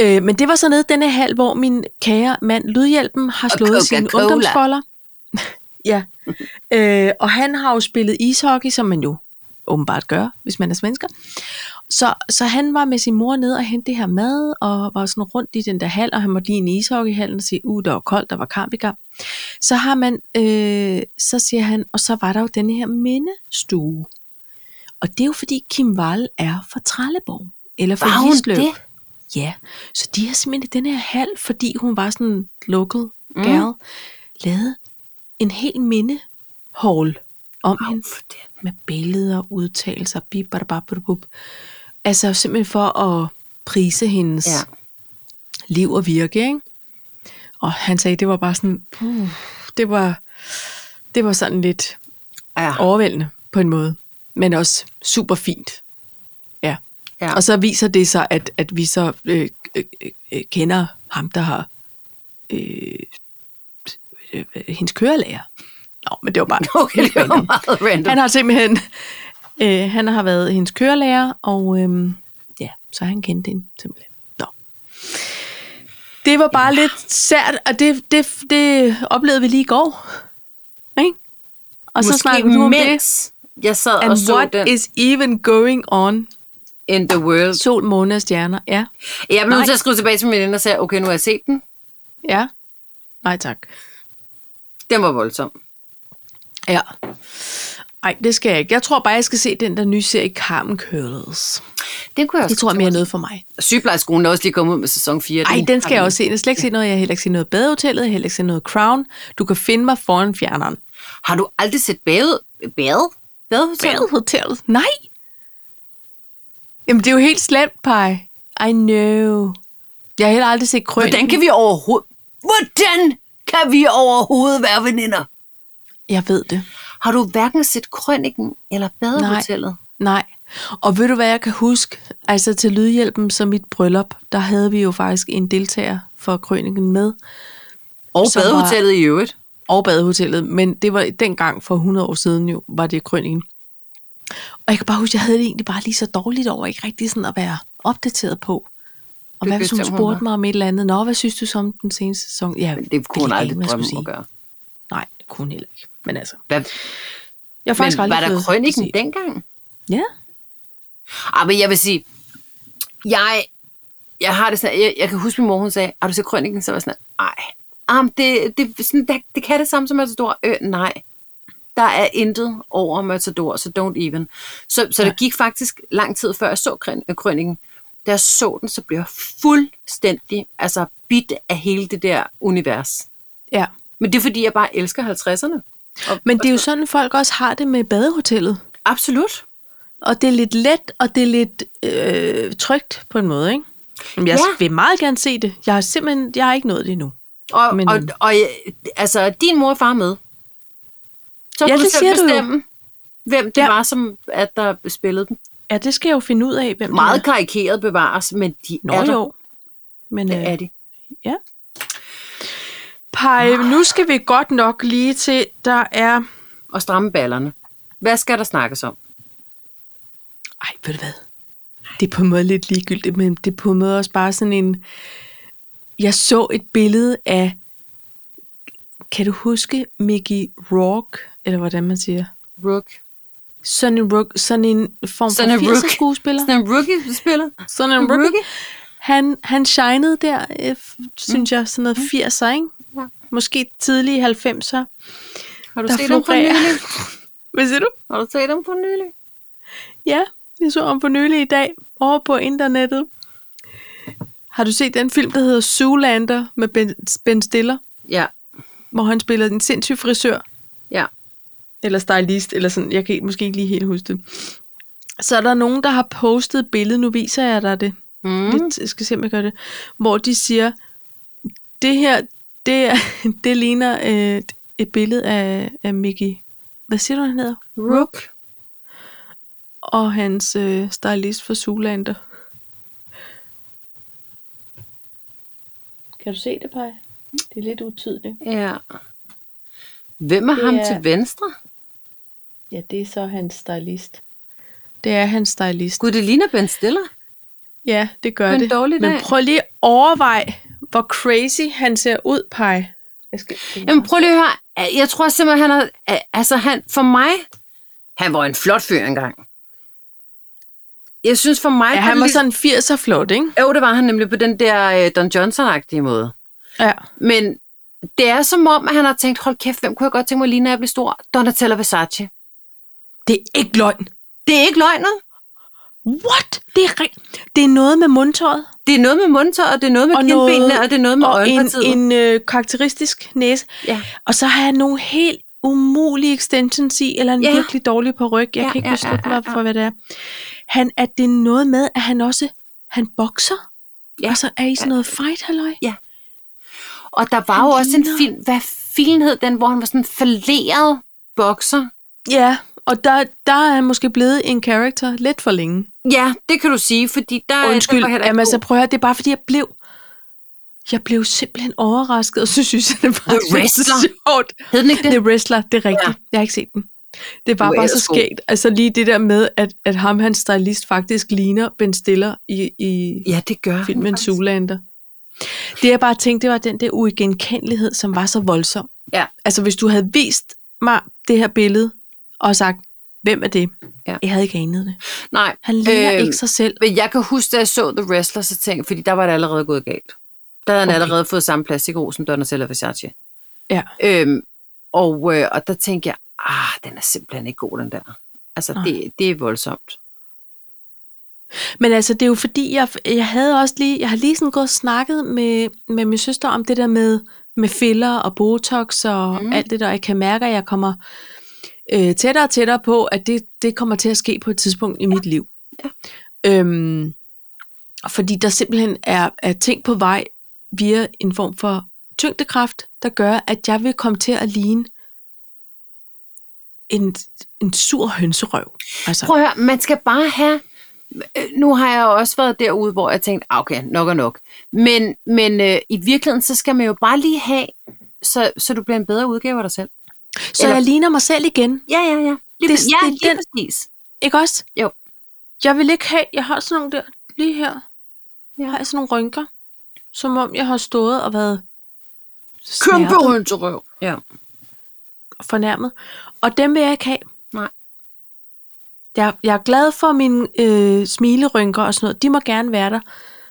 Speaker 1: Øh, men det var så nede denne halv, hvor min kære mand Lydhjælpen har
Speaker 2: Og
Speaker 1: slået sine
Speaker 2: Coca-Cola.
Speaker 1: ungdomsfolder. (laughs) ja. Øh, og han har jo spillet ishockey, som man jo åbenbart gør, hvis man er svensker. Så, så han var med sin mor ned og hente det her mad, og var sådan rundt i den der hal, og han måtte lige ind i ishockeyhallen og sige, uh, der var koldt, der var kamp i gang. Så har man, øh, så siger han, og så var der jo den her mindestue. Og det er jo fordi Kim Wall er fra Trelleborg. Eller fra
Speaker 2: Var hun
Speaker 1: Hisløv.
Speaker 2: det?
Speaker 1: Ja, så de har simpelthen i den her hal, fordi hun var sådan local gal, mm. lavet en hel mindehall om hende med billeder, udtalelser, bip, bada, bap, bada, bup. Altså simpelthen for at prise hendes
Speaker 2: Ja.
Speaker 1: ja. liv og virke, ikke? Og han sagde, det var bare sådan, uh, det var, det var sådan lidt
Speaker 2: Ja.
Speaker 1: overvældende på en måde, men også super fint. Ja.
Speaker 2: ja.
Speaker 1: Og så viser det sig, at, at vi så øh, øh, øh, kender ham, der har øh, øh, hendes kørelærer. Nå, men (laughs) det var bare
Speaker 2: (laughs) Okay, det var meget random.
Speaker 1: han har simpelthen, (laughs) øh, han har været hendes kørelærer, og øh, ja, så han kendte hende simpelthen. Nå. Det var bare ja. lidt sært, og det, det, det oplevede vi lige i går. Ikke? Og så snakker du om det.
Speaker 2: mens jeg sad og
Speaker 1: And
Speaker 2: så
Speaker 1: what
Speaker 2: den
Speaker 1: is even going on?
Speaker 2: In the World.
Speaker 1: Sol, måne og stjerner. Ja,
Speaker 2: Jeg blev nødt
Speaker 1: Nej.
Speaker 2: til at skrive tilbage til min veninde og sige, okay, nu har jeg set den.
Speaker 1: ja. Nej tak.
Speaker 2: Den var voldsom.
Speaker 1: Ja. Ej, det skal jeg ikke. Jeg tror bare, jeg skal se den der nye serie Carmen Curls.
Speaker 2: Den kunne jeg også.
Speaker 1: Det tror jeg mere er noget for mig.
Speaker 2: Sygeplejerskolen er også lige kommet ud med sæson 4.
Speaker 1: Ej, den skal jeg også se. Jeg har slet ikke se noget. Jeg har heller ikke set noget badehotellet. Jeg har heller ikke set noget Crown. Du kan finde mig foran fjerneren.
Speaker 2: Har du aldrig set bade? Bade? Badehotel?
Speaker 1: Badehotellet? Nej! Jamen, det er jo helt slemt, Paj. I know. Jeg har heller aldrig set krøn.
Speaker 2: Hvordan kan vi overhovedet... Hvordan kan vi overhovedet være veninder?
Speaker 1: Jeg ved det.
Speaker 2: Har du hverken set Krønningen eller Badehotellet?
Speaker 1: Nej. Og ved du, hvad jeg kan huske? Altså til Lydhjælpen, som mit bryllup, der havde vi jo faktisk en deltager for krøningen med.
Speaker 2: Og
Speaker 1: Som var-
Speaker 2: Badehotellet i øvrigt.
Speaker 1: og badehotellet, men det var dengang for 100 år siden jo, var det krønningen. Og jeg kan bare huske, jeg havde det egentlig bare lige så dårligt over, ikke rigtig sådan at være opdateret på. Og
Speaker 2: Du
Speaker 1: hvad hvis hun
Speaker 2: vidste, om hun var-
Speaker 1: spurgte mig om et eller andet? Nå, hvad synes du så om den seneste sæson? Ja,
Speaker 2: Men det kunne hun
Speaker 1: ville jeg
Speaker 2: aldrig
Speaker 1: ikke, hvad jeg
Speaker 2: drømme
Speaker 1: skulle
Speaker 2: om at
Speaker 1: sige.
Speaker 2: gøre.
Speaker 1: Nej, det kunne hun heller ikke. Men altså,
Speaker 2: Hvad?
Speaker 1: jeg har faktisk
Speaker 2: Men
Speaker 1: aldrig
Speaker 2: var der
Speaker 1: fået
Speaker 2: Krønningen
Speaker 1: set-
Speaker 2: dengang?
Speaker 1: Ja.
Speaker 2: Ah, men jeg vil sige, jeg, jeg har det sådan, jeg, jeg kan huske, min mor hun sagde, har du set krønningen? Så var jeg sådan, nej. Ah, det, det, sådan, det, det, kan det samme som Matador. Øh, nej. Der er intet over Matador, så don't even. Så, så der gik faktisk lang tid før jeg så krøn- øh, krønningen. da jeg så den, så blev jeg fuldstændig altså, bit af hele det der univers.
Speaker 1: Ja.
Speaker 2: Men det er fordi, jeg bare elsker 50'erne. Og,
Speaker 1: Men det er jo sådan, folk også har det med badehotellet.
Speaker 2: Absolut.
Speaker 1: Og det er lidt let, og det er lidt øh, trygt på en måde, ikke? Jamen, jeg
Speaker 2: Ja.
Speaker 1: ja. vil meget gerne se det. Jeg har simpelthen jeg har ikke nået det endnu.
Speaker 2: Og, Men,
Speaker 1: Men-
Speaker 2: og, og, øh, altså, din mor og far er med. Så
Speaker 1: Ja,
Speaker 2: ja, du
Speaker 1: det
Speaker 2: selv
Speaker 1: siger du jo.
Speaker 2: bestemme, hvem det ja.
Speaker 1: Ja.
Speaker 2: var, som at der spillede dem.
Speaker 1: Ja, det skal jeg jo finde ud af, hvem
Speaker 2: Meget
Speaker 1: det
Speaker 2: karikeret bevares, men de
Speaker 1: er.
Speaker 2: er
Speaker 1: Nå
Speaker 2: der.
Speaker 1: jo. Men
Speaker 2: Det er
Speaker 1: øh,
Speaker 2: de.
Speaker 1: Paj, nu skal vi godt nok lige til, der er...
Speaker 2: Og stramme ballerne. Hvad skal der snakkes om?
Speaker 1: Ej, ved du hvad? Det er på en måde lidt ligegyldigt, men det er på en måde også bare sådan en... Jeg så et billede af... Kan du huske Mickey Rourke, eller hvordan man siger?
Speaker 2: Rook.
Speaker 1: Sådan en, rook, sådan en form
Speaker 2: Sådan en
Speaker 1: for
Speaker 2: rook.
Speaker 1: 80'er skuespiller.
Speaker 2: Sådan en rookie-spiller.
Speaker 1: Sådan en
Speaker 2: rookie.
Speaker 1: rookie. Han, han shinede der, øh, f- synes jeg, sådan noget 80'er, ikke?
Speaker 2: Mm. Ja.
Speaker 1: Måske tidlige 90'er.
Speaker 2: Har du
Speaker 1: Der
Speaker 2: set ham for
Speaker 1: florerer.
Speaker 2: nylig?
Speaker 1: Hvad siger du?
Speaker 2: Har du set ham for nylig?
Speaker 1: Ja, jeg så om for nylig i dag over på internettet. Har du set den film, der hedder Zoolander med Ben, ben Stiller,
Speaker 2: Ja,
Speaker 1: hvor han spiller en sindssyg frisør?
Speaker 2: ja.
Speaker 1: Eller stylist, eller sådan. Jeg kan ikke- måske ikke lige helt huske det. Så er der nogen, der har postet billedet. Nu viser jeg dig det.
Speaker 2: Mm.
Speaker 1: Lidt, jeg skal se, om jeg gør det. Hvor de siger, det her, det, er- (laughs) det ligner øh, et billede af, af Mickey. Hvad siger du, han hedder?
Speaker 2: Rook.
Speaker 1: Og hans øh, stylist for Zoolander. Kan du se det, Paj? Det er lidt utydeligt.
Speaker 2: Ja. Hvem er
Speaker 1: Det
Speaker 2: ham
Speaker 1: er-
Speaker 2: til venstre?
Speaker 1: Ja, det er så hans stylist. Det er hans stylist.
Speaker 2: Gud, det ligner Ben Stiller.
Speaker 1: Ja, det gør
Speaker 2: Det er en
Speaker 1: det.
Speaker 2: dårlig
Speaker 1: Men
Speaker 2: dag.
Speaker 1: prøv lige at overveje, hvor crazy han ser ud, Paj. Jeg skal...
Speaker 2: Jamen prøv lige at høre. Jeg tror simpelthen, han er, altså han, for mig, han var en flot fyr engang. Jeg synes for mig...
Speaker 1: ja,
Speaker 2: der
Speaker 1: han var
Speaker 2: lig-
Speaker 1: sådan 80'er flot, ikke?
Speaker 2: Jo, det var han nemlig på den der øh, Don Johnson-agtige måde.
Speaker 1: Ja.
Speaker 2: Men det er som om, at han har tænkt, hold kæft, hvem kunne jeg godt tænke mig lige, når jeg bliver stor? Donatello Versace.
Speaker 1: Det er ikke løgn.
Speaker 2: Det er ikke løgnet.
Speaker 1: What? Det er, re- det er noget med mundtøjet.
Speaker 2: Det er noget med mundtøjet, og det er noget med
Speaker 1: Og
Speaker 2: kindbenene,
Speaker 1: noget-
Speaker 2: og det er noget med
Speaker 1: og en,
Speaker 2: øjenpartiet.
Speaker 1: en øh, karakteristisk næse.
Speaker 2: Ja.
Speaker 1: Og så har jeg nogle helt umulige extensions i, eller en
Speaker 2: Ja.
Speaker 1: ja. virkelig dårlig på ryg. Jeg
Speaker 2: Ja,
Speaker 1: ja, kan ikke ja,
Speaker 2: ja, ja,
Speaker 1: beslutte
Speaker 2: ja,
Speaker 1: mig
Speaker 2: ja.
Speaker 1: for, hvad det er. Han, at det er noget med, at han også han bokser,
Speaker 2: Ja.
Speaker 1: ja. og så er I sådan noget fight, halløj.
Speaker 2: Og der var
Speaker 1: Han
Speaker 2: jo også en
Speaker 1: ligner-
Speaker 2: film, hvad filen hed den, hvor han var sådan en falderet bokser.
Speaker 1: Ja, og der, der er han måske blevet en karakter lidt for længe.
Speaker 2: Ja, det kan du sige, fordi der
Speaker 1: Undskyld,
Speaker 2: der var heller ikke
Speaker 1: jamen
Speaker 2: god-
Speaker 1: altså prøv at høre, det er bare fordi, jeg blev jeg blev simpelthen overrasket, og (laughs) så synes jeg, det var
Speaker 2: The Wrestler.
Speaker 1: sjovt.
Speaker 2: Hed den ikke det?
Speaker 1: The Wrestler, det er rigtigt. Ja. Jeg har ikke set den. Det var
Speaker 2: Du er
Speaker 1: bare så
Speaker 2: ellers god.
Speaker 1: skægt. Altså lige det der med, at, at ham, hans stylist, faktisk ligner Ben Stiller i, i ja,
Speaker 2: Ja, det gør han
Speaker 1: filmen
Speaker 2: faktisk.
Speaker 1: Zoolander. Det jeg bare tænkte, det var den der uigenkendelighed, som var så voldsom.
Speaker 2: Ja.
Speaker 1: Altså hvis du havde vist mig det her billede, og sagt, hvem er det?
Speaker 2: Ja.
Speaker 1: Jeg havde ikke anet det.
Speaker 2: Nej,
Speaker 1: Han ligner
Speaker 2: Øhm,
Speaker 1: ikke sig selv.
Speaker 2: men jeg kan huske, da jeg så The Wrestler, så tænkte jeg, fordi der var det allerede gået galt. Der havde han
Speaker 1: Okay.
Speaker 2: allerede fået samme plastikros som Donatella Versace.
Speaker 1: Ja.
Speaker 2: Øhm, og, øh, og der tænkte jeg, ah, den er simpelthen ikke god, den der. Altså,
Speaker 1: Nej.
Speaker 2: det, det er voldsomt.
Speaker 1: Men altså, det er jo fordi, jeg, jeg havde også lige, jeg har lige sådan gået og snakket med, med min søster om det der med, med filler og botox og
Speaker 2: Mm.
Speaker 1: mm. alt det der. Jeg kan mærke, at jeg kommer øh, tættere og tættere på, at det, det kommer til at ske på et tidspunkt i mit liv.
Speaker 2: Ja.
Speaker 1: Øhm, fordi der simpelthen er, er ting på vej via en form for tyngdekraft, der gør, at jeg vil komme til at ligne en, en sur hønserøv. Altså,
Speaker 2: Prøv at høre, man skal bare have... øh, Nu har jeg også været derude, hvor jeg tænkte, ah, okay, nok og nok. Men, men øh, i virkeligheden, så skal man jo bare lige have, så, så du bliver en bedre udgave af dig selv.
Speaker 1: så
Speaker 2: eller-
Speaker 1: jeg ligner mig selv igen.
Speaker 2: Ja, ja, ja. Lige, det,
Speaker 1: Det- det
Speaker 2: ja,
Speaker 1: er
Speaker 2: lige
Speaker 1: den-
Speaker 2: præcis.
Speaker 1: Ikke også?
Speaker 2: Jo.
Speaker 1: Jeg vil ikke have, jeg har sådan nogle der, lige her,
Speaker 2: Ja.
Speaker 1: ja. har jeg sådan nogle rynker, som om jeg har stået og været
Speaker 2: Kæmpe
Speaker 1: snerpet,
Speaker 2: rundt til røv. Ja.
Speaker 1: fornærmet. Og dem vil jeg ikke have.
Speaker 2: Nej.
Speaker 1: Jeg, jeg er glad for mine øh, smilerynker og sådan noget. De må gerne være der.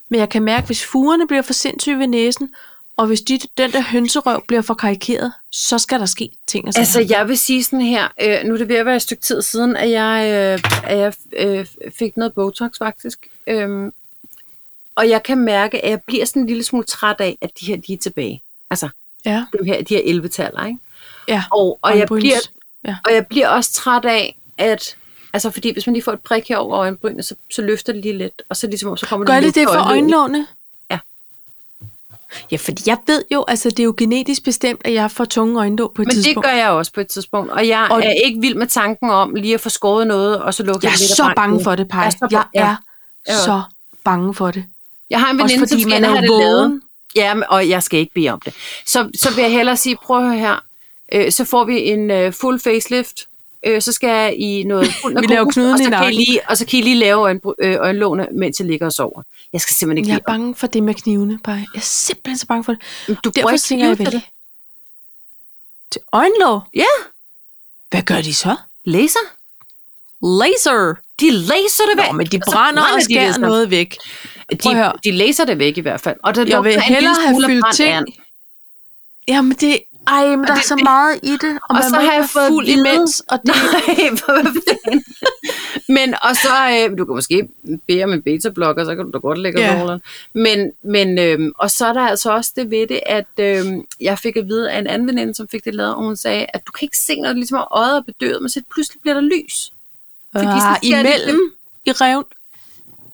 Speaker 1: Men jeg kan mærke, hvis fugerne bliver for sindssyge ved næsen, og hvis de, den der hønserøv bliver for karikeret, så skal der ske ting. Og sager.
Speaker 2: Altså, jeg vil sige sådan her, øh, nu er det ved at være et stykke tid siden, at jeg, øh, at jeg øh, fik noget Botox faktisk. Øhm, Og jeg kan mærke, at jeg bliver sådan en lille smule træt af, at de her de er tilbage. Altså,
Speaker 1: Ja.
Speaker 2: de her, de her 11-taller, ikke?
Speaker 1: Ja.
Speaker 2: Og, og, jeg
Speaker 1: øjenbryns.
Speaker 2: bliver,
Speaker 1: Ja.
Speaker 2: og jeg bliver også træt af, at... Altså, fordi hvis man lige får et prik her over øjenbrynet, så, så løfter det lige lidt, og så ligesom om, så kommer
Speaker 1: Gør
Speaker 2: lidt
Speaker 1: det det for
Speaker 2: øjenlåg.
Speaker 1: øjenlågene?
Speaker 2: Ja.
Speaker 1: Ja, fordi jeg ved jo, altså det er jo genetisk bestemt, at jeg får tunge øjenlåg på et
Speaker 2: Men
Speaker 1: tidspunkt.
Speaker 2: det gør jeg også på et tidspunkt, og jeg og
Speaker 1: Og-
Speaker 2: er ikke vild med tanken om lige at få skåret noget, og så lukke
Speaker 1: jeg er
Speaker 2: lidt af
Speaker 1: så
Speaker 2: banken.
Speaker 1: bange for det, Paj.
Speaker 2: Jeg er så
Speaker 1: Jeg
Speaker 2: bange- ja.
Speaker 1: er
Speaker 2: Jeg er
Speaker 1: så bange for det.
Speaker 2: Jeg har en
Speaker 1: Også
Speaker 2: veninde,
Speaker 1: fordi
Speaker 2: som
Speaker 1: man
Speaker 2: skal
Speaker 1: er
Speaker 2: have det
Speaker 1: jo
Speaker 2: lavet.
Speaker 1: vågen.
Speaker 2: Ja, men- og jeg skal ikke bede om det. Så, så vil jeg hellere sige, prøv at høre her, øh, så får vi en øh, full facelift, øh, så skal jeg
Speaker 1: (laughs)
Speaker 2: i noget fuld
Speaker 1: Vi laver
Speaker 2: narkose,
Speaker 1: knuden
Speaker 2: og så,
Speaker 1: i
Speaker 2: kan I
Speaker 1: nakken.
Speaker 2: lige, og så kan I lige lave øjen, øh, øjenlågene, mens jeg ligger og sover. Jeg skal simpelthen ikke
Speaker 1: Jeg
Speaker 2: bede
Speaker 1: er bange for det med knivene, Paj. Jeg er simpelthen så bange for det.
Speaker 2: om det. Du bruger
Speaker 1: Derfor
Speaker 2: ikke
Speaker 1: tænker jeg
Speaker 2: knive
Speaker 1: vel.
Speaker 2: til det.
Speaker 1: Til øjenlåg?
Speaker 2: Ja.
Speaker 1: Hvad gør de så?
Speaker 2: Laser?
Speaker 1: Laser!
Speaker 2: De laser det væk.
Speaker 1: Nå, men de
Speaker 2: og så
Speaker 1: brænder og
Speaker 2: de ligesom. det
Speaker 1: skærer
Speaker 2: sådan.
Speaker 1: noget væk. Prøv at
Speaker 2: De,
Speaker 1: høre.
Speaker 2: de laser det væk i hvert fald. Og der
Speaker 1: Jeg vil
Speaker 2: lugter en
Speaker 1: hellere
Speaker 2: lille
Speaker 1: have
Speaker 2: smule af
Speaker 1: fyldt
Speaker 2: brændt
Speaker 1: ting.
Speaker 2: and.
Speaker 1: Jamen det, ej, men der
Speaker 2: det-
Speaker 1: er så meget i det. Og,
Speaker 2: Og
Speaker 1: man
Speaker 2: så
Speaker 1: må
Speaker 2: har
Speaker 1: ikke
Speaker 2: jeg
Speaker 1: være
Speaker 2: fået
Speaker 1: fuld
Speaker 2: at vide-
Speaker 1: imens, og det
Speaker 2: (laughs) Nej, for fanden. Men, og så, øh, du kan måske bede om en beta-blogger, så kan du da godt lægge
Speaker 1: Ja.
Speaker 2: yeah. Men, men øh, og så er der altså også det ved det, at øh, jeg fik at vide af en anden veninde, som fik det lavet, og hun sagde, at du kan ikke se, når det ligesom er øjet og bedøvet, men så pludselig bliver der lys. fordi så
Speaker 1: Ah,
Speaker 2: skærer de
Speaker 1: imellem i revn.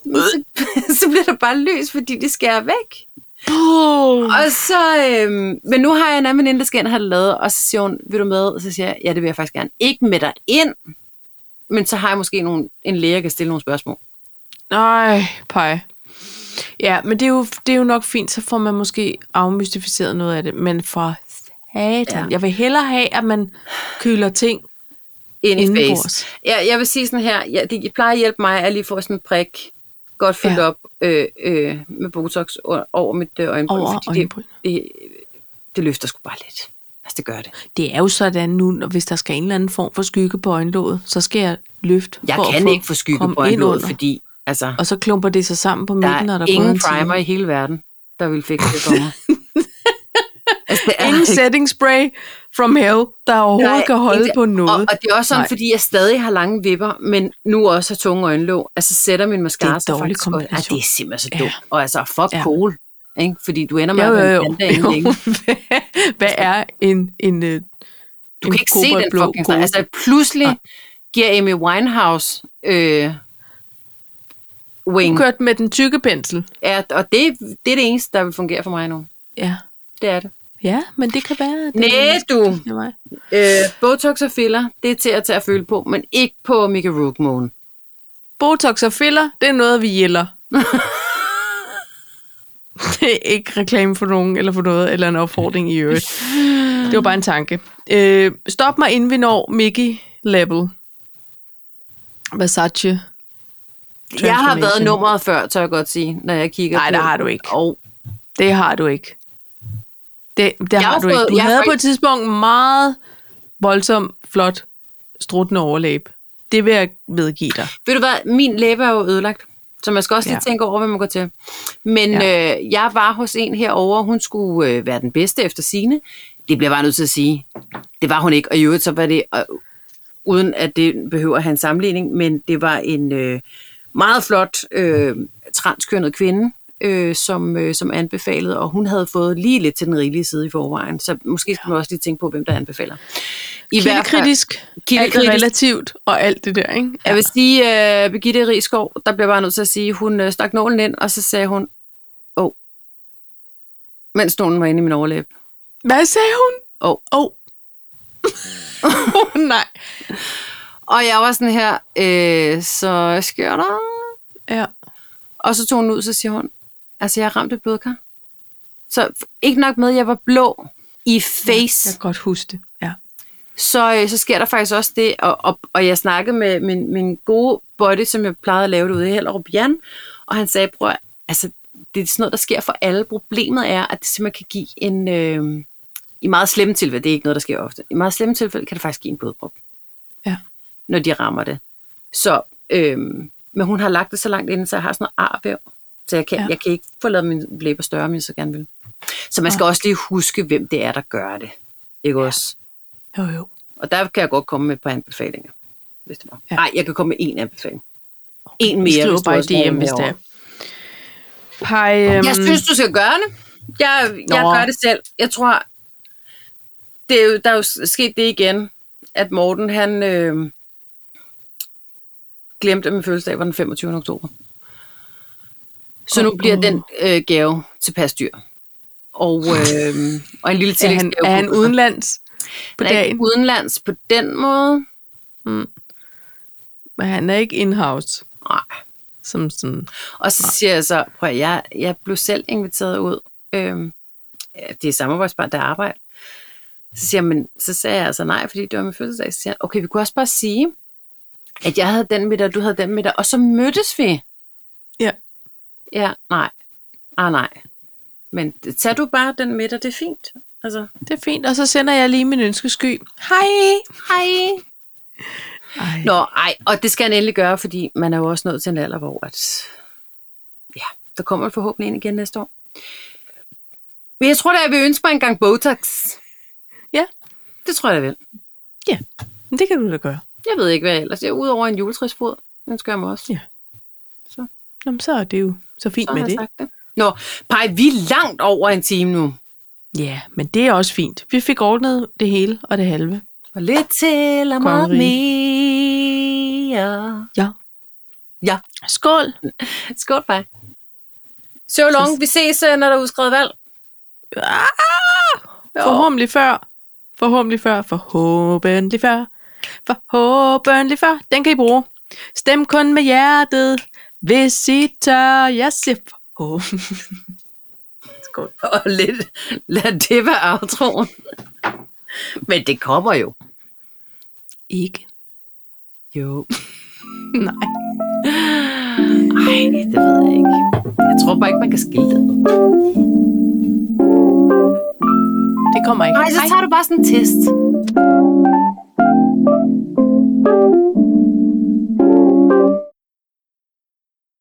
Speaker 2: Men Så, (laughs) så bliver der bare lys, fordi det skærer væk.
Speaker 1: Boom.
Speaker 2: Og så, øhm, men nu har jeg en anden veninde, der skal ind og have det lavet, og så siger hun, vil du med? Og så siger jeg, ja, det vil jeg faktisk gerne. Ikke med dig ind, men så har jeg måske nogle, en læge, der kan stille nogle spørgsmål.
Speaker 1: Nej, pej. Ja, men det er, jo, det er jo nok fint, så får man måske afmystificeret noget af det. Men for satan,
Speaker 2: Ja.
Speaker 1: ja. jeg vil hellere have, at man køler ting
Speaker 2: Ind i face.
Speaker 1: indenbords.
Speaker 2: Jeg, jeg vil sige sådan her, ja, det plejer at hjælpe mig at lige få sådan en prik, godt fyldt ja.
Speaker 1: Ja.
Speaker 2: op øh, øh, med Botox o- over mit øh, øjenbryn,
Speaker 1: Over
Speaker 2: fordi det,
Speaker 1: øjenbryn.
Speaker 2: det, det løfter sgu bare lidt. Altså, det gør det.
Speaker 1: Det er jo sådan nu, når hvis der skal en eller anden form for skygge på øjenlåget, så skal jeg løfte
Speaker 2: Jeg
Speaker 1: for at
Speaker 2: kan
Speaker 1: få-
Speaker 2: ikke få skygge
Speaker 1: komme
Speaker 2: på
Speaker 1: ind
Speaker 2: øjenlåget,
Speaker 1: under.
Speaker 2: fordi altså,
Speaker 1: Og så klumper det sig sammen på
Speaker 2: der
Speaker 1: midten,
Speaker 2: er
Speaker 1: og der er
Speaker 2: ingen
Speaker 1: gået en time.
Speaker 2: primer i hele verden, der vil fikse det for
Speaker 1: (laughs)
Speaker 2: mig. altså, det er
Speaker 1: Ingen setting spray from hell, der overhovedet
Speaker 2: Nej,
Speaker 1: kan holde
Speaker 2: ikke-
Speaker 1: på noget.
Speaker 2: Og, og det er også sådan, Nej.
Speaker 1: Nej.
Speaker 2: fordi jeg stadig har lange vipper, men nu også har tunge øjenlåg. Altså sætter min mascara
Speaker 1: Det er en
Speaker 2: sig
Speaker 1: dårlig
Speaker 2: faktisk godt. Ja,
Speaker 1: kombination.
Speaker 2: det er simpelthen så
Speaker 1: Ja.
Speaker 2: dumt. Og altså, fuck ja.
Speaker 1: Ja.
Speaker 2: cool. Ikke? Fordi du ender med
Speaker 1: Jo,
Speaker 2: at
Speaker 1: jo,
Speaker 2: være
Speaker 1: jo.
Speaker 2: en panda inden
Speaker 1: jo.
Speaker 2: længe.
Speaker 1: (laughs) Hvad er en, en, øh,
Speaker 2: Du kan ikke se
Speaker 1: kobold
Speaker 2: den
Speaker 1: blå
Speaker 2: fucking snor.
Speaker 1: kode?
Speaker 2: Altså pludselig
Speaker 1: Nej.
Speaker 2: giver Amy Winehouse øh, wing.
Speaker 1: kørt med den tykke pensel.
Speaker 2: Ja, og det, det er det eneste, der vil fungere for mig nu.
Speaker 1: Ja.
Speaker 2: Det er det.
Speaker 1: Ja, men det kan være... at Det
Speaker 2: Næh, du.
Speaker 1: er mig.
Speaker 2: Øh, Botox og filler, det er til at tage at føle på, men ikke på Mickey Rook Moon.
Speaker 1: Botox og filler, det er noget, vi
Speaker 2: (laughs)
Speaker 1: gælder. det er ikke reklame for nogen, eller for noget, eller en opfordring i øvrigt.
Speaker 2: (laughs)
Speaker 1: Det var bare en tanke. Øh, stop mig, inden vi når Mickey Level. Versace.
Speaker 2: Jeg har været
Speaker 1: Transformation.
Speaker 2: nummeret før, tør jeg godt sige, når jeg kigger
Speaker 1: Nej,
Speaker 2: på.
Speaker 1: der har du ikke.
Speaker 2: Og
Speaker 1: Det har du ikke. Det, det
Speaker 2: har
Speaker 1: har du ikke.
Speaker 2: fået-
Speaker 1: Du
Speaker 2: jeg har
Speaker 1: havde på
Speaker 2: fået-
Speaker 1: et tidspunkt meget voldsom, flot, struttende overlæb. Det vil jeg medgive dig.
Speaker 2: ved du hvad, min læbe er jo ødelagt, så man skal også lige
Speaker 1: Ja.
Speaker 2: tænke over, hvad man går til. Men øh, jeg var hos en herover, hun skulle øh, være den bedste efter sine. Det bliver jeg bare nødt til at sige. Det var hun ikke, og i øvrigt så var det, og, uden at det behøver at have en sammenligning, men det var en øh, meget flot øh, transkønnet kvinde, øh, som, øh, som anbefalede, og hun havde fået lige lidt til den rigelige side i forvejen, så måske skal man også lige tænke på, hvem der anbefaler. I
Speaker 1: Kildekritisk, alt
Speaker 2: Kildekritisk.
Speaker 1: er relativt og alt det der, ikke?
Speaker 2: Jeg vil sige, uh, Birgitte Rigskov, der blev bare nødt til at sige, hun uh, stak nålen ind, og så sagde hun, åh, oh. mens nålen var inde i min overlæb.
Speaker 1: Hvad sagde hun?
Speaker 2: Åh.
Speaker 1: Oh. (laughs) oh, nej.
Speaker 2: Og jeg var sådan her, øh, så sker der?
Speaker 1: Ja.
Speaker 2: Og så tog hun ud, så siger hun, altså jeg ramte et blodkar. Så f- ikke nok med, at jeg var blå i face.
Speaker 1: Jeg kan godt huske det. Ja.
Speaker 2: så, øh, så sker der faktisk også det, og, og, og jeg snakkede med min, min gode buddy, som jeg plejede at lave det ude i Hellerup, Jan, og han sagde, bror, altså, det er sådan noget, der sker for alle. Problemet er, at det simpelthen kan give en, øh, i meget slemme tilfælde, det er ikke noget, der sker ofte, i meget slemme tilfælde kan det faktisk give en blodprop,
Speaker 1: Ja.
Speaker 2: når de rammer det. Så, øh, men hun har lagt det så langt inden, så jeg har sådan noget arvæv, så jeg kan, ja.
Speaker 1: Ja.
Speaker 2: jeg kan ikke få lavet mine læber større, men jeg så gerne vil. Så man skal også lige huske, hvem det er, der gør det. Ikke ja. også?
Speaker 1: Jo, jo.
Speaker 2: Og der kan jeg godt komme med et par anbefalinger. Hvis det var.
Speaker 1: Ja.
Speaker 2: Nej, jeg kan komme med én anbefaling. En mere,
Speaker 1: Vi skriver
Speaker 2: hvis du
Speaker 1: bare i
Speaker 2: også har en
Speaker 1: DM, hvis det er.
Speaker 2: herovre.
Speaker 1: pege... Øhm,
Speaker 2: Jeg synes, du skal gøre det. Jeg, jeg
Speaker 1: Nå.
Speaker 2: gør det selv. Jeg tror, det er jo, der er jo sket det igen, at Morten, han øh, glemte, at min fødselsdag var den 25. oktober. Så nu
Speaker 1: Åh.
Speaker 2: bliver den øh, gave tilpas dyr. Og, øh, og en lille
Speaker 1: er, han,
Speaker 2: tillægsgave.
Speaker 1: er han udenlands på
Speaker 2: Han er ikke
Speaker 1: dagen?
Speaker 2: udenlands på den måde.
Speaker 1: Men han er ikke in-house.
Speaker 2: Nej.
Speaker 1: Som sådan,
Speaker 2: Og så siger jeg så, prøv at, jeg, jeg blev selv inviteret ud. Øhm, ja, det er samarbejdsbar, der arbejder. Så siger jeg, men så sagde jeg altså nej, fordi det var min fødselsdag. Så siger jeg, okay, vi kunne også bare sige, at jeg havde den middag, du havde den middag, og så mødtes vi.
Speaker 1: Ja.
Speaker 2: Ja, nej. Ah, nej. Men tag du bare den middag, det er fint. Altså,
Speaker 1: det er fint. Og så sender jeg lige min ønskesky. Hej!
Speaker 2: hej.
Speaker 1: Ej.
Speaker 2: Nå, ej, og det skal han endelig gøre, fordi man er jo også nået til en alder, hvor at, ja, der kommer forhåbentlig ind igen næste år. Men jeg tror da, jeg vil ønske mig en gang Botox.
Speaker 1: Ja.
Speaker 2: Det tror jeg, jeg vil.
Speaker 1: Men det kan du da gøre.
Speaker 2: Jeg ved ikke, hvad ellers. Jeg er udover en juletræsfod. Den skal jeg mig også.
Speaker 1: Ja, Jamen, så er det jo så fint
Speaker 2: Så
Speaker 1: med
Speaker 2: har jeg
Speaker 1: det.
Speaker 2: sagt det. Nå, Paj, vi er langt over en time nu.
Speaker 1: Ja, men det er også fint. Vi fik ordnet det hele og det halve.
Speaker 2: Og lidt til og meget mere.
Speaker 1: Skål!
Speaker 2: Skål, Paj. So long. Vi ses, øh, når der er udskrevet valg.
Speaker 1: Ah! Forhåbentlig før. Forhåbentlig før. Forhåbentlig før. Forhåbentlig før. Den kan I bruge. Stem kun med hjertet, hvis I tør. Jeg siger forhåbentlig.
Speaker 2: (laughs) og lidt lad det være aftroen. Men det kommer jo.
Speaker 1: (laughs) Ikke.
Speaker 2: Jo.
Speaker 1: Nej.
Speaker 2: Ej, det ved jeg ikke. Jeg tror bare ikke, man kan skille det.
Speaker 1: Det kommer ikke.
Speaker 2: Nej, så tager du bare sådan en test.